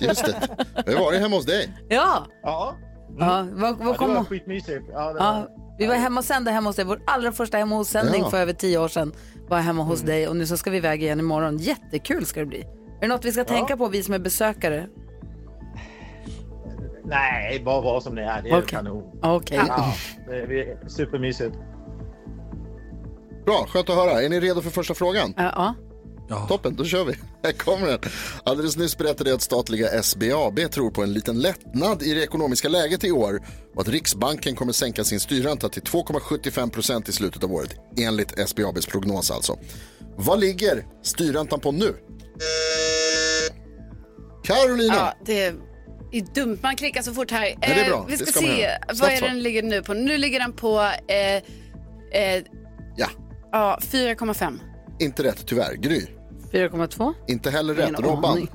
Speaker 6: just det. Vi har varit hemma hos dig.
Speaker 3: Ja,
Speaker 17: Ja.
Speaker 6: Mm.
Speaker 3: Ja, vad- vad
Speaker 17: ja,
Speaker 3: kom-
Speaker 17: Det var skitmysigt. Ja, det
Speaker 3: ja,
Speaker 17: var...
Speaker 3: vi var hemma och sände hemma hos dig. Vår allra första hemma hos-sändning
Speaker 17: Ja.
Speaker 3: för över tio år sedan var hemma hos dig och nu så ska vi iväg igen imorgon. Jättekul ska det bli. Är det något vi ska tänka på, vi som är besökare?
Speaker 17: Nej, bara var som ni är. Det är
Speaker 3: Okej.
Speaker 17: kanon.
Speaker 3: Okej.
Speaker 17: Ja, det är supermysigt.
Speaker 6: Bra, skönt att höra. Är ni redo för första frågan?
Speaker 3: Ja.
Speaker 6: Toppen, då kör vi. <laughs> Här kommer den. Alldeles nyss berättade jag att statliga SBAB tror på en liten lättnad i det ekonomiska läget i år och att Riksbanken kommer sänka sin styrränta till 2,75 procent i slutet av året, enligt SBABs prognos alltså. Vad ligger styrräntan på nu? Carolina!
Speaker 7: Ja, det är dumt. Man klickar så fort här.
Speaker 6: Nej, det är
Speaker 7: Eh,
Speaker 6: bra.
Speaker 7: Vi ska,
Speaker 6: Det ska man
Speaker 7: se.
Speaker 6: göra.
Speaker 7: Vad
Speaker 6: Snabbt
Speaker 7: är
Speaker 6: svar.
Speaker 7: den ligger nu på? Nu ligger den på eh, eh,
Speaker 6: Ja.
Speaker 7: Ja, 4,5.
Speaker 6: Inte rätt tyvärr. Gry.
Speaker 3: 4,2.
Speaker 6: Inte heller
Speaker 7: Ingen
Speaker 6: rätt. Robban.
Speaker 7: aning.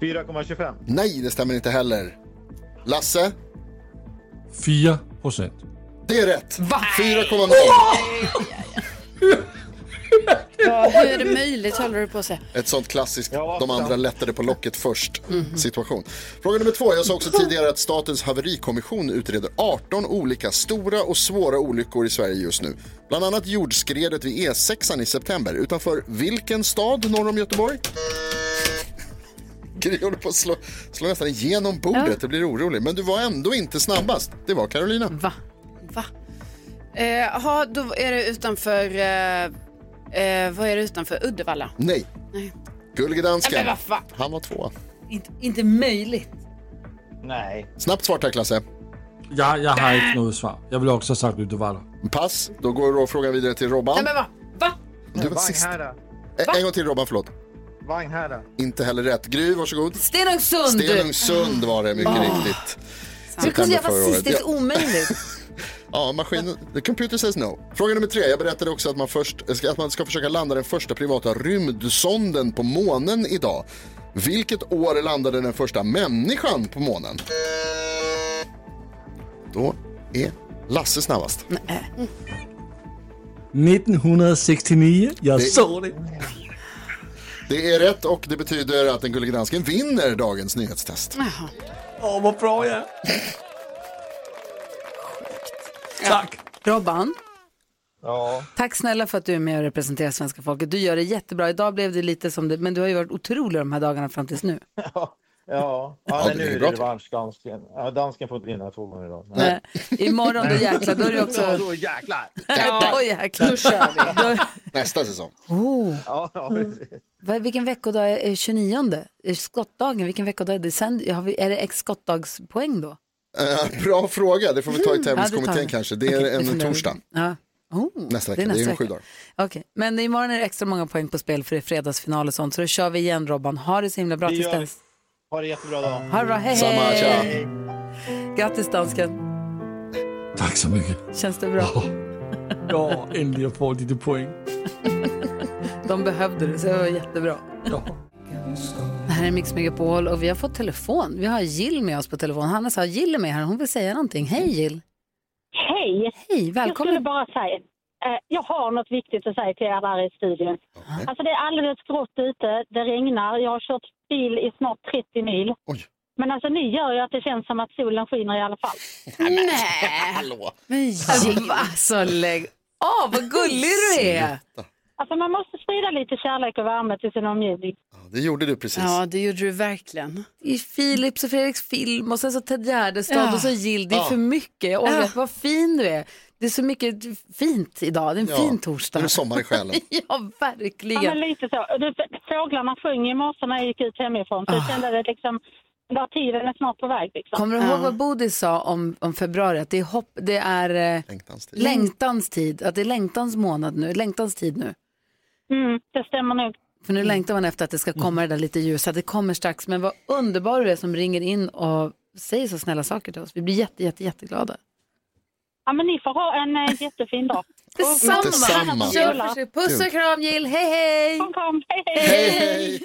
Speaker 17: 4,25.
Speaker 6: Nej, det stämmer inte heller. Lasse.
Speaker 5: 4 procent.
Speaker 6: Det är rätt. 4,0. <laughs>
Speaker 7: Ja, hur är det möjligt håller du på att säga?
Speaker 6: Ett sånt klassiskt, de andra lättade på locket först situation. Fråga nummer två. Jag sa också tidigare att Statens haverikommission utreder 18 olika stora och svåra olyckor i Sverige just nu. Bland annat jordskredet vid E6 i september utanför vilken stad norr om Göteborg? Gry håller på att slå, slå nästan igenom bordet, det blir orolig. Men du var ändå inte snabbast. Det var Carolina.
Speaker 3: Va?
Speaker 7: Eh, Jaha, då är det utanför... Eh, eh, vad är det utanför? Uddevalla?
Speaker 6: Nej.
Speaker 7: Nej.
Speaker 6: Gullige
Speaker 7: Nej, men
Speaker 6: dansken.
Speaker 7: vad fan.
Speaker 6: Han var tvåa.
Speaker 3: Inte, inte möjligt.
Speaker 17: Nej.
Speaker 6: Snabbt svar tack Lasse.
Speaker 5: Ja, jag har inte något svar. Jag vill också ha sagt Uddevalla.
Speaker 6: Pass. Då går då frågan vidare till Robban.
Speaker 7: va? Va?
Speaker 6: Du var sist.
Speaker 17: Vagnhärad.
Speaker 6: Eh, En gång till Robban, förlåt.
Speaker 17: Vagnhärad.
Speaker 6: Inte heller rätt. Gry, varsågod.
Speaker 3: Stenungsund!
Speaker 6: Stenungsund var det mycket
Speaker 3: Ah.
Speaker 6: riktigt.
Speaker 3: Hur kunde jag
Speaker 6: September
Speaker 3: vara
Speaker 6: förra
Speaker 3: sist? Det
Speaker 6: året.
Speaker 3: är så omöjligt.
Speaker 6: Ja, maskinen, the computer says no. Fråga nummer tre. Jag berättade också att man, först, att man ska försöka landa den första privata rymdsonden på månen idag. Vilket år landade den första människan på månen? Då är Lasse snabbast.
Speaker 5: 1969. Jag
Speaker 6: Det-
Speaker 5: såg det.
Speaker 6: Det är rätt och det betyder att den gullige dansken vinner dagens nyhetstest.
Speaker 7: Jaha.
Speaker 5: Åh, vad bra jag är. Tack.
Speaker 3: Robban,
Speaker 17: Ja.
Speaker 3: tack snälla för att du är med och representerar svenska folket. Du gör det jättebra. Idag blev det lite som det, men du har ju varit otrolig de här dagarna fram tills nu.
Speaker 17: Ja, ja,
Speaker 6: Ja,
Speaker 17: men
Speaker 6: det
Speaker 17: nu
Speaker 6: är
Speaker 17: är
Speaker 6: bra.
Speaker 17: det revansch dansken. Ja, dansken får inte vinna två gånger idag.
Speaker 3: Nej. Imorgon då jäklar, då är det också...
Speaker 17: Ja, då jäklar.
Speaker 3: Ja, då jäklar. Då kör vi. Då...
Speaker 6: Nästa säsong.
Speaker 3: Oh.
Speaker 17: Ja, ja, precis.
Speaker 3: Vad, vilken veckodag är- är 29? Är skottdagen? Vilken veckodag är det? Sen, har vi, är det ex skottdagspoäng då?
Speaker 6: Eh, bra fråga, det får vi ta i
Speaker 3: Mm. Ja, det tar
Speaker 6: tävlingskommittén
Speaker 3: vi.
Speaker 6: kanske. Det är
Speaker 3: Okej, det
Speaker 6: en
Speaker 3: funderar vi.
Speaker 6: torsdag
Speaker 3: Ja. Oh,
Speaker 6: nästa vecka, det är, om sju dagar.
Speaker 3: Okej, men imorgon är det extra många poäng på spel för det är fredagsfinal och sånt. Så då kör vi igen Robban. Ha det så himla bra
Speaker 17: Det
Speaker 3: tills
Speaker 17: gör vi.
Speaker 3: dess.
Speaker 17: Ha det jättebra då.
Speaker 3: Ha det bra, hej
Speaker 6: Samma, tja.
Speaker 3: hej! Grattis dansken,
Speaker 5: Tack så mycket.
Speaker 3: känns det bra?
Speaker 5: Ja, äntligen får lite poäng.
Speaker 3: De behövde det så det var jättebra. Det här är Mix Megapol och vi har fått telefon. Vi har Jill med oss på telefon. Hanna sa Jill är med här, hon vill säga någonting. Hej Jill!
Speaker 18: Hej!
Speaker 3: Hej, välkommen!
Speaker 18: Jag skulle bara säga, eh, jag har något viktigt att säga till er där i studion. Alltså det är alldeles grått ute, det regnar, jag har kört bil i snart 30 mil. Men alltså ni gör ju att det känns som att solen skiner i alla fall.
Speaker 6: <laughs> Hallå!
Speaker 3: Men Jill, alltså lägg av, vad gullig du är!
Speaker 18: Alltså man måste sprida lite kärlek och värme till sin omgivning.
Speaker 6: Det gjorde du precis.
Speaker 7: Ja, det gjorde du verkligen.
Speaker 3: I Philips och Fredriks film och sen så Ted Gärdestad
Speaker 7: Ja.
Speaker 3: och så Jill. Det är
Speaker 6: Ja.
Speaker 3: för mycket. Jag orkar
Speaker 7: Ja.
Speaker 3: inte. Vad fin du är. Det är så mycket fint idag. Det är en
Speaker 6: Ja,
Speaker 3: fin torsdag.
Speaker 6: nu är det sommar i själen.
Speaker 3: <laughs> ja, verkligen.
Speaker 18: Ja, men lite så. Du, fåglarna sjöng i morse när jag gick ut hemifrån. Så jag kände det liksom, den där tiden är snart på väg. Liksom.
Speaker 3: Ah. Kommer du ihåg vad Bodis sa om, om februari? Att det är, hopp, det är eh, längtans, tid. Att det är längtans månad nu. Längtans tid nu.
Speaker 18: Mm, det stämmer nog.
Speaker 3: För nu längtar man efter att det ska komma det där lite ljusa. Det kommer strax. Men vad underbar du är som ringer in och säger så snälla saker till oss. Vi blir jätte, jätte, jätteglada.
Speaker 18: Ja, men ni får ha en eh, jättefin dag.
Speaker 3: <laughs> Detsamma!
Speaker 6: Detsamma.
Speaker 3: Kör, Puss och kram Jill, hej hej!
Speaker 18: Kom, kom. Hej,
Speaker 6: hej! hej.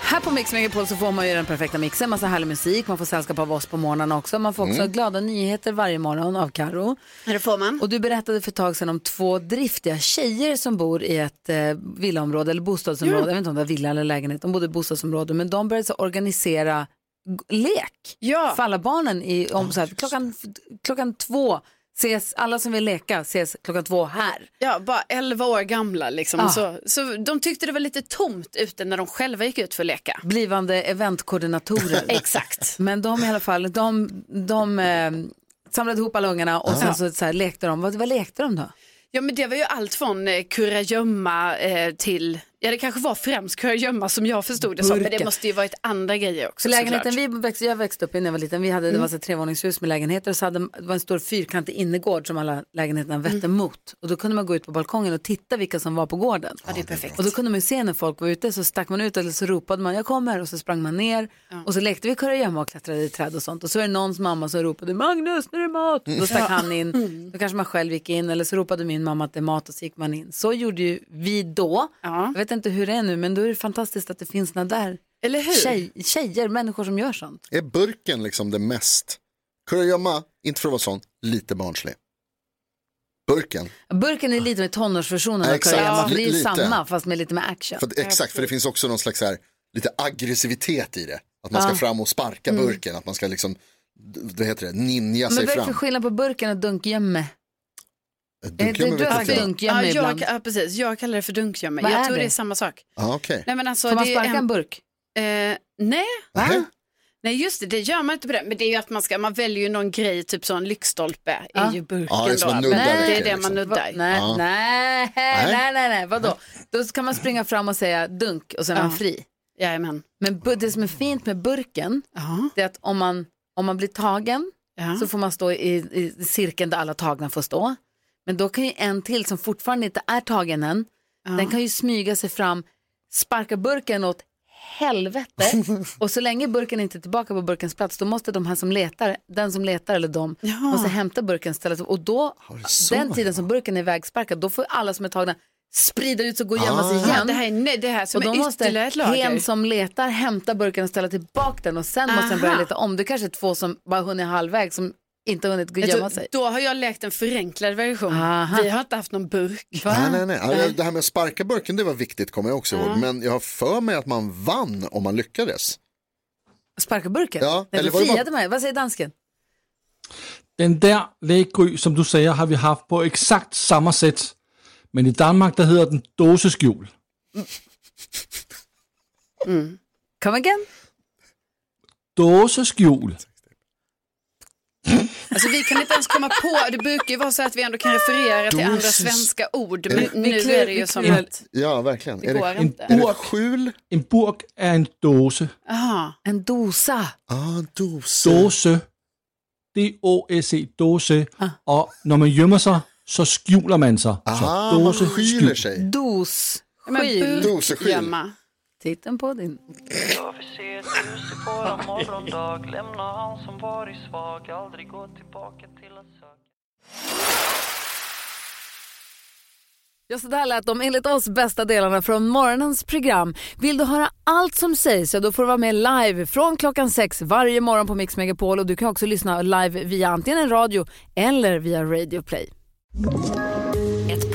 Speaker 3: Här på Mix Megapol så får man ju den perfekta mixen, massa härlig musik, man får sällskap av oss på morgnarna också. Man får också
Speaker 7: Mm.
Speaker 3: glada nyheter varje morgon av Karo.
Speaker 7: Det får man.
Speaker 3: Och du berättade för ett tag sedan om två driftiga tjejer som bor i ett eh, villaområde eller bostadsområde. Jag vet inte om det var villa eller lägenhet, de bodde i bostadsområde. Men de började så organisera g- lek för alla barnen. I, om, så här, klockan, klockan två ses, alla som vill leka ses klockan två här.
Speaker 7: Ja, bara 11 år gamla liksom.
Speaker 3: Ah.
Speaker 7: Så, så de tyckte det var lite tomt ute när de själva gick ut för att leka.
Speaker 3: blivande eventkoordinatorer.
Speaker 7: <laughs> Exakt.
Speaker 3: Men de i alla fall, de, de eh, samlade ihop alla ungarna och sen
Speaker 7: Ja.
Speaker 3: så, så här, lekte de. Vad, vad lekte de då?
Speaker 7: Ja, men det var ju allt från eh, kurragömma eh, till Ja, det kanske var främst kör gömma som jag förstod det som, men det
Speaker 3: Burken.
Speaker 7: måste ju varit andra grejer också
Speaker 3: Så lägenheten
Speaker 7: såklart.
Speaker 3: vi växte, jag växte upp i när jag var liten, vi hade, det
Speaker 7: Mm.
Speaker 3: var så här trevåningshus med lägenheter och så hade, det var en stor fyrkantig innergård som alla
Speaker 7: Mm.
Speaker 3: lägenheterna vette mot. Och då kunde man gå ut på balkongen och titta vilka som var på gården.
Speaker 7: Ja, det är perfekt.
Speaker 3: Och då kunde man ju se när folk var ute så stack man ut eller så ropade man jag kommer och så sprang man ner och så lekte vi kurragömma och klättrade i träd och sånt. Och så var det någons mamma som ropade Magnus nu är det mat.
Speaker 7: Mm.
Speaker 3: Då stack
Speaker 7: Ja. Mm.
Speaker 3: han in, då kanske man själv gick in eller så ropade min mamma att det är mat och så gick man in. Så gjorde ju vi då. Jag vet inte hur det är nu men då är det fantastiskt att det finns några där.
Speaker 7: Eller hur?
Speaker 3: Tjej, tjejer, människor som gör sånt.
Speaker 6: Är burken liksom det mest? Kurragömma, inte för att vara sån, lite barnslig. Burken.
Speaker 3: Burken är lite med tonårsversionen av
Speaker 6: Exakt.
Speaker 3: kurragömma, för det är ju
Speaker 6: Lite.
Speaker 3: samma fast med lite med action.
Speaker 6: För att, exakt, för det finns också någon slags så här, lite aggressivitet i det. Att man ska
Speaker 3: Ja.
Speaker 6: fram och sparka
Speaker 3: Mm.
Speaker 6: burken, att man ska liksom, d- vad heter det, ninja
Speaker 3: Men vad
Speaker 6: sig
Speaker 3: är det
Speaker 6: fram.
Speaker 3: för skillnad på burken och dunkgömme?
Speaker 6: Dunkgömma
Speaker 3: du
Speaker 6: vet
Speaker 3: har
Speaker 6: inte jag.
Speaker 3: dunkgömma
Speaker 7: ja,
Speaker 3: ibland.
Speaker 7: jag, ja, precis. Jag kallar det för dunkgömma.
Speaker 3: Vad
Speaker 7: Jag
Speaker 3: är
Speaker 7: tror
Speaker 3: det?
Speaker 7: det är samma sak.
Speaker 6: Ah, okay.
Speaker 7: Nej, men alltså,
Speaker 3: Får man
Speaker 7: det är
Speaker 3: sparka en, burk?
Speaker 7: Eh, nej. Nej, just det, det gör man inte på det. Men det är ju att man, ska, man väljer ju någon grej, typ så en lyktstolpe är ju burken
Speaker 3: Ja, det är som
Speaker 7: då.
Speaker 3: man
Speaker 7: Men
Speaker 3: nuddar
Speaker 7: det är
Speaker 3: verkligen,
Speaker 7: det man
Speaker 3: liksom.
Speaker 7: nuddar.
Speaker 3: Nej,
Speaker 7: Ja.
Speaker 3: nej,
Speaker 7: Nej.
Speaker 3: nej, nej, nej, vadå? Då kan man springa fram och säga dunk och sen är
Speaker 7: Ja.
Speaker 3: man fri.
Speaker 7: Jajamän.
Speaker 3: Men bu- det som är fint med burken, det är att om man, om man blir tagen så får man stå i, i cirkeln där alla tagna får stå. Men då kan ju en till som fortfarande inte är tagen än, den kan ju smyga sig fram, sparka burken åt helvete
Speaker 7: <laughs>
Speaker 3: och så länge burken inte är tillbaka på burkens plats då måste de här som letar, den som letar eller de, måste hämta burken istället. Och då,
Speaker 7: så,
Speaker 3: den tiden som burken är vägsparkad, då får alla som är tagna sprida ut sig och gå och gömma sig
Speaker 7: Ja,
Speaker 3: igen.
Speaker 7: Ah. det här är nej, det här som
Speaker 3: och då
Speaker 7: är ytterligare ett
Speaker 3: måste
Speaker 7: lager.
Speaker 3: hen som letar hämta burken och ställa tillbaka den och sen måste den
Speaker 7: Aha.
Speaker 3: börja leta om. Det kanske är två som bara hunnit halvväg som inte har hunnit gå
Speaker 7: Jag
Speaker 3: och gömma
Speaker 7: tror-
Speaker 3: sig.
Speaker 7: Då har jag lekt en förenklad version.
Speaker 3: Aha.
Speaker 7: Vi har inte haft någon burk.
Speaker 6: Nej, nej, nej. Ja, det- Det här med att sparka burken, det var viktigt kommer jag också ihåg.
Speaker 7: Ja.
Speaker 3: Mm.
Speaker 6: Men jag har för mig att man vann om man lyckades.
Speaker 3: Sparka burken?
Speaker 6: Ja,
Speaker 3: Nej,
Speaker 6: eller
Speaker 3: eller
Speaker 6: var det bara-
Speaker 3: friade man. Vad säger dansken?
Speaker 5: Den der læggry, som du sagde, har vi haft på exakt samme sæt. Men i Danmark, der hedder den dåseskjul.
Speaker 3: Mm. Come again?
Speaker 5: Dåseskjul.
Speaker 7: Alltså, vi kan inte ens komma på, det brukar ju vara så att vi ändå kan referera till andra svenska ord. Men nu är det ju som att...
Speaker 6: Ja, verkligen.
Speaker 7: Det går inte.
Speaker 5: En
Speaker 7: Är det
Speaker 5: burk, en burk er en dåse.
Speaker 7: Aha.
Speaker 3: En dosa.
Speaker 6: Ah, dåse.
Speaker 5: Dåse. D-O-S-E, dåse.
Speaker 7: Ah.
Speaker 5: Og når man gjemmer sig, så skjuler man sig.
Speaker 6: Aha,
Speaker 5: så
Speaker 6: Ah, man
Speaker 5: dåse,
Speaker 6: skyler
Speaker 5: skjul.
Speaker 6: sig.
Speaker 3: Dos.
Speaker 7: Men
Speaker 3: Skyl.
Speaker 7: burk- Doseskil. gömma.
Speaker 3: Titten på din. Ja, så där lät de enligt oss bästa delarna från morgonens program. Vill du höra allt som sägs, ja, då får du vara med live från klockan sex varje morgon på Mix Megapol. Och du kan också lyssna live via antingen en radio eller via Radio Play.
Speaker 19: Ett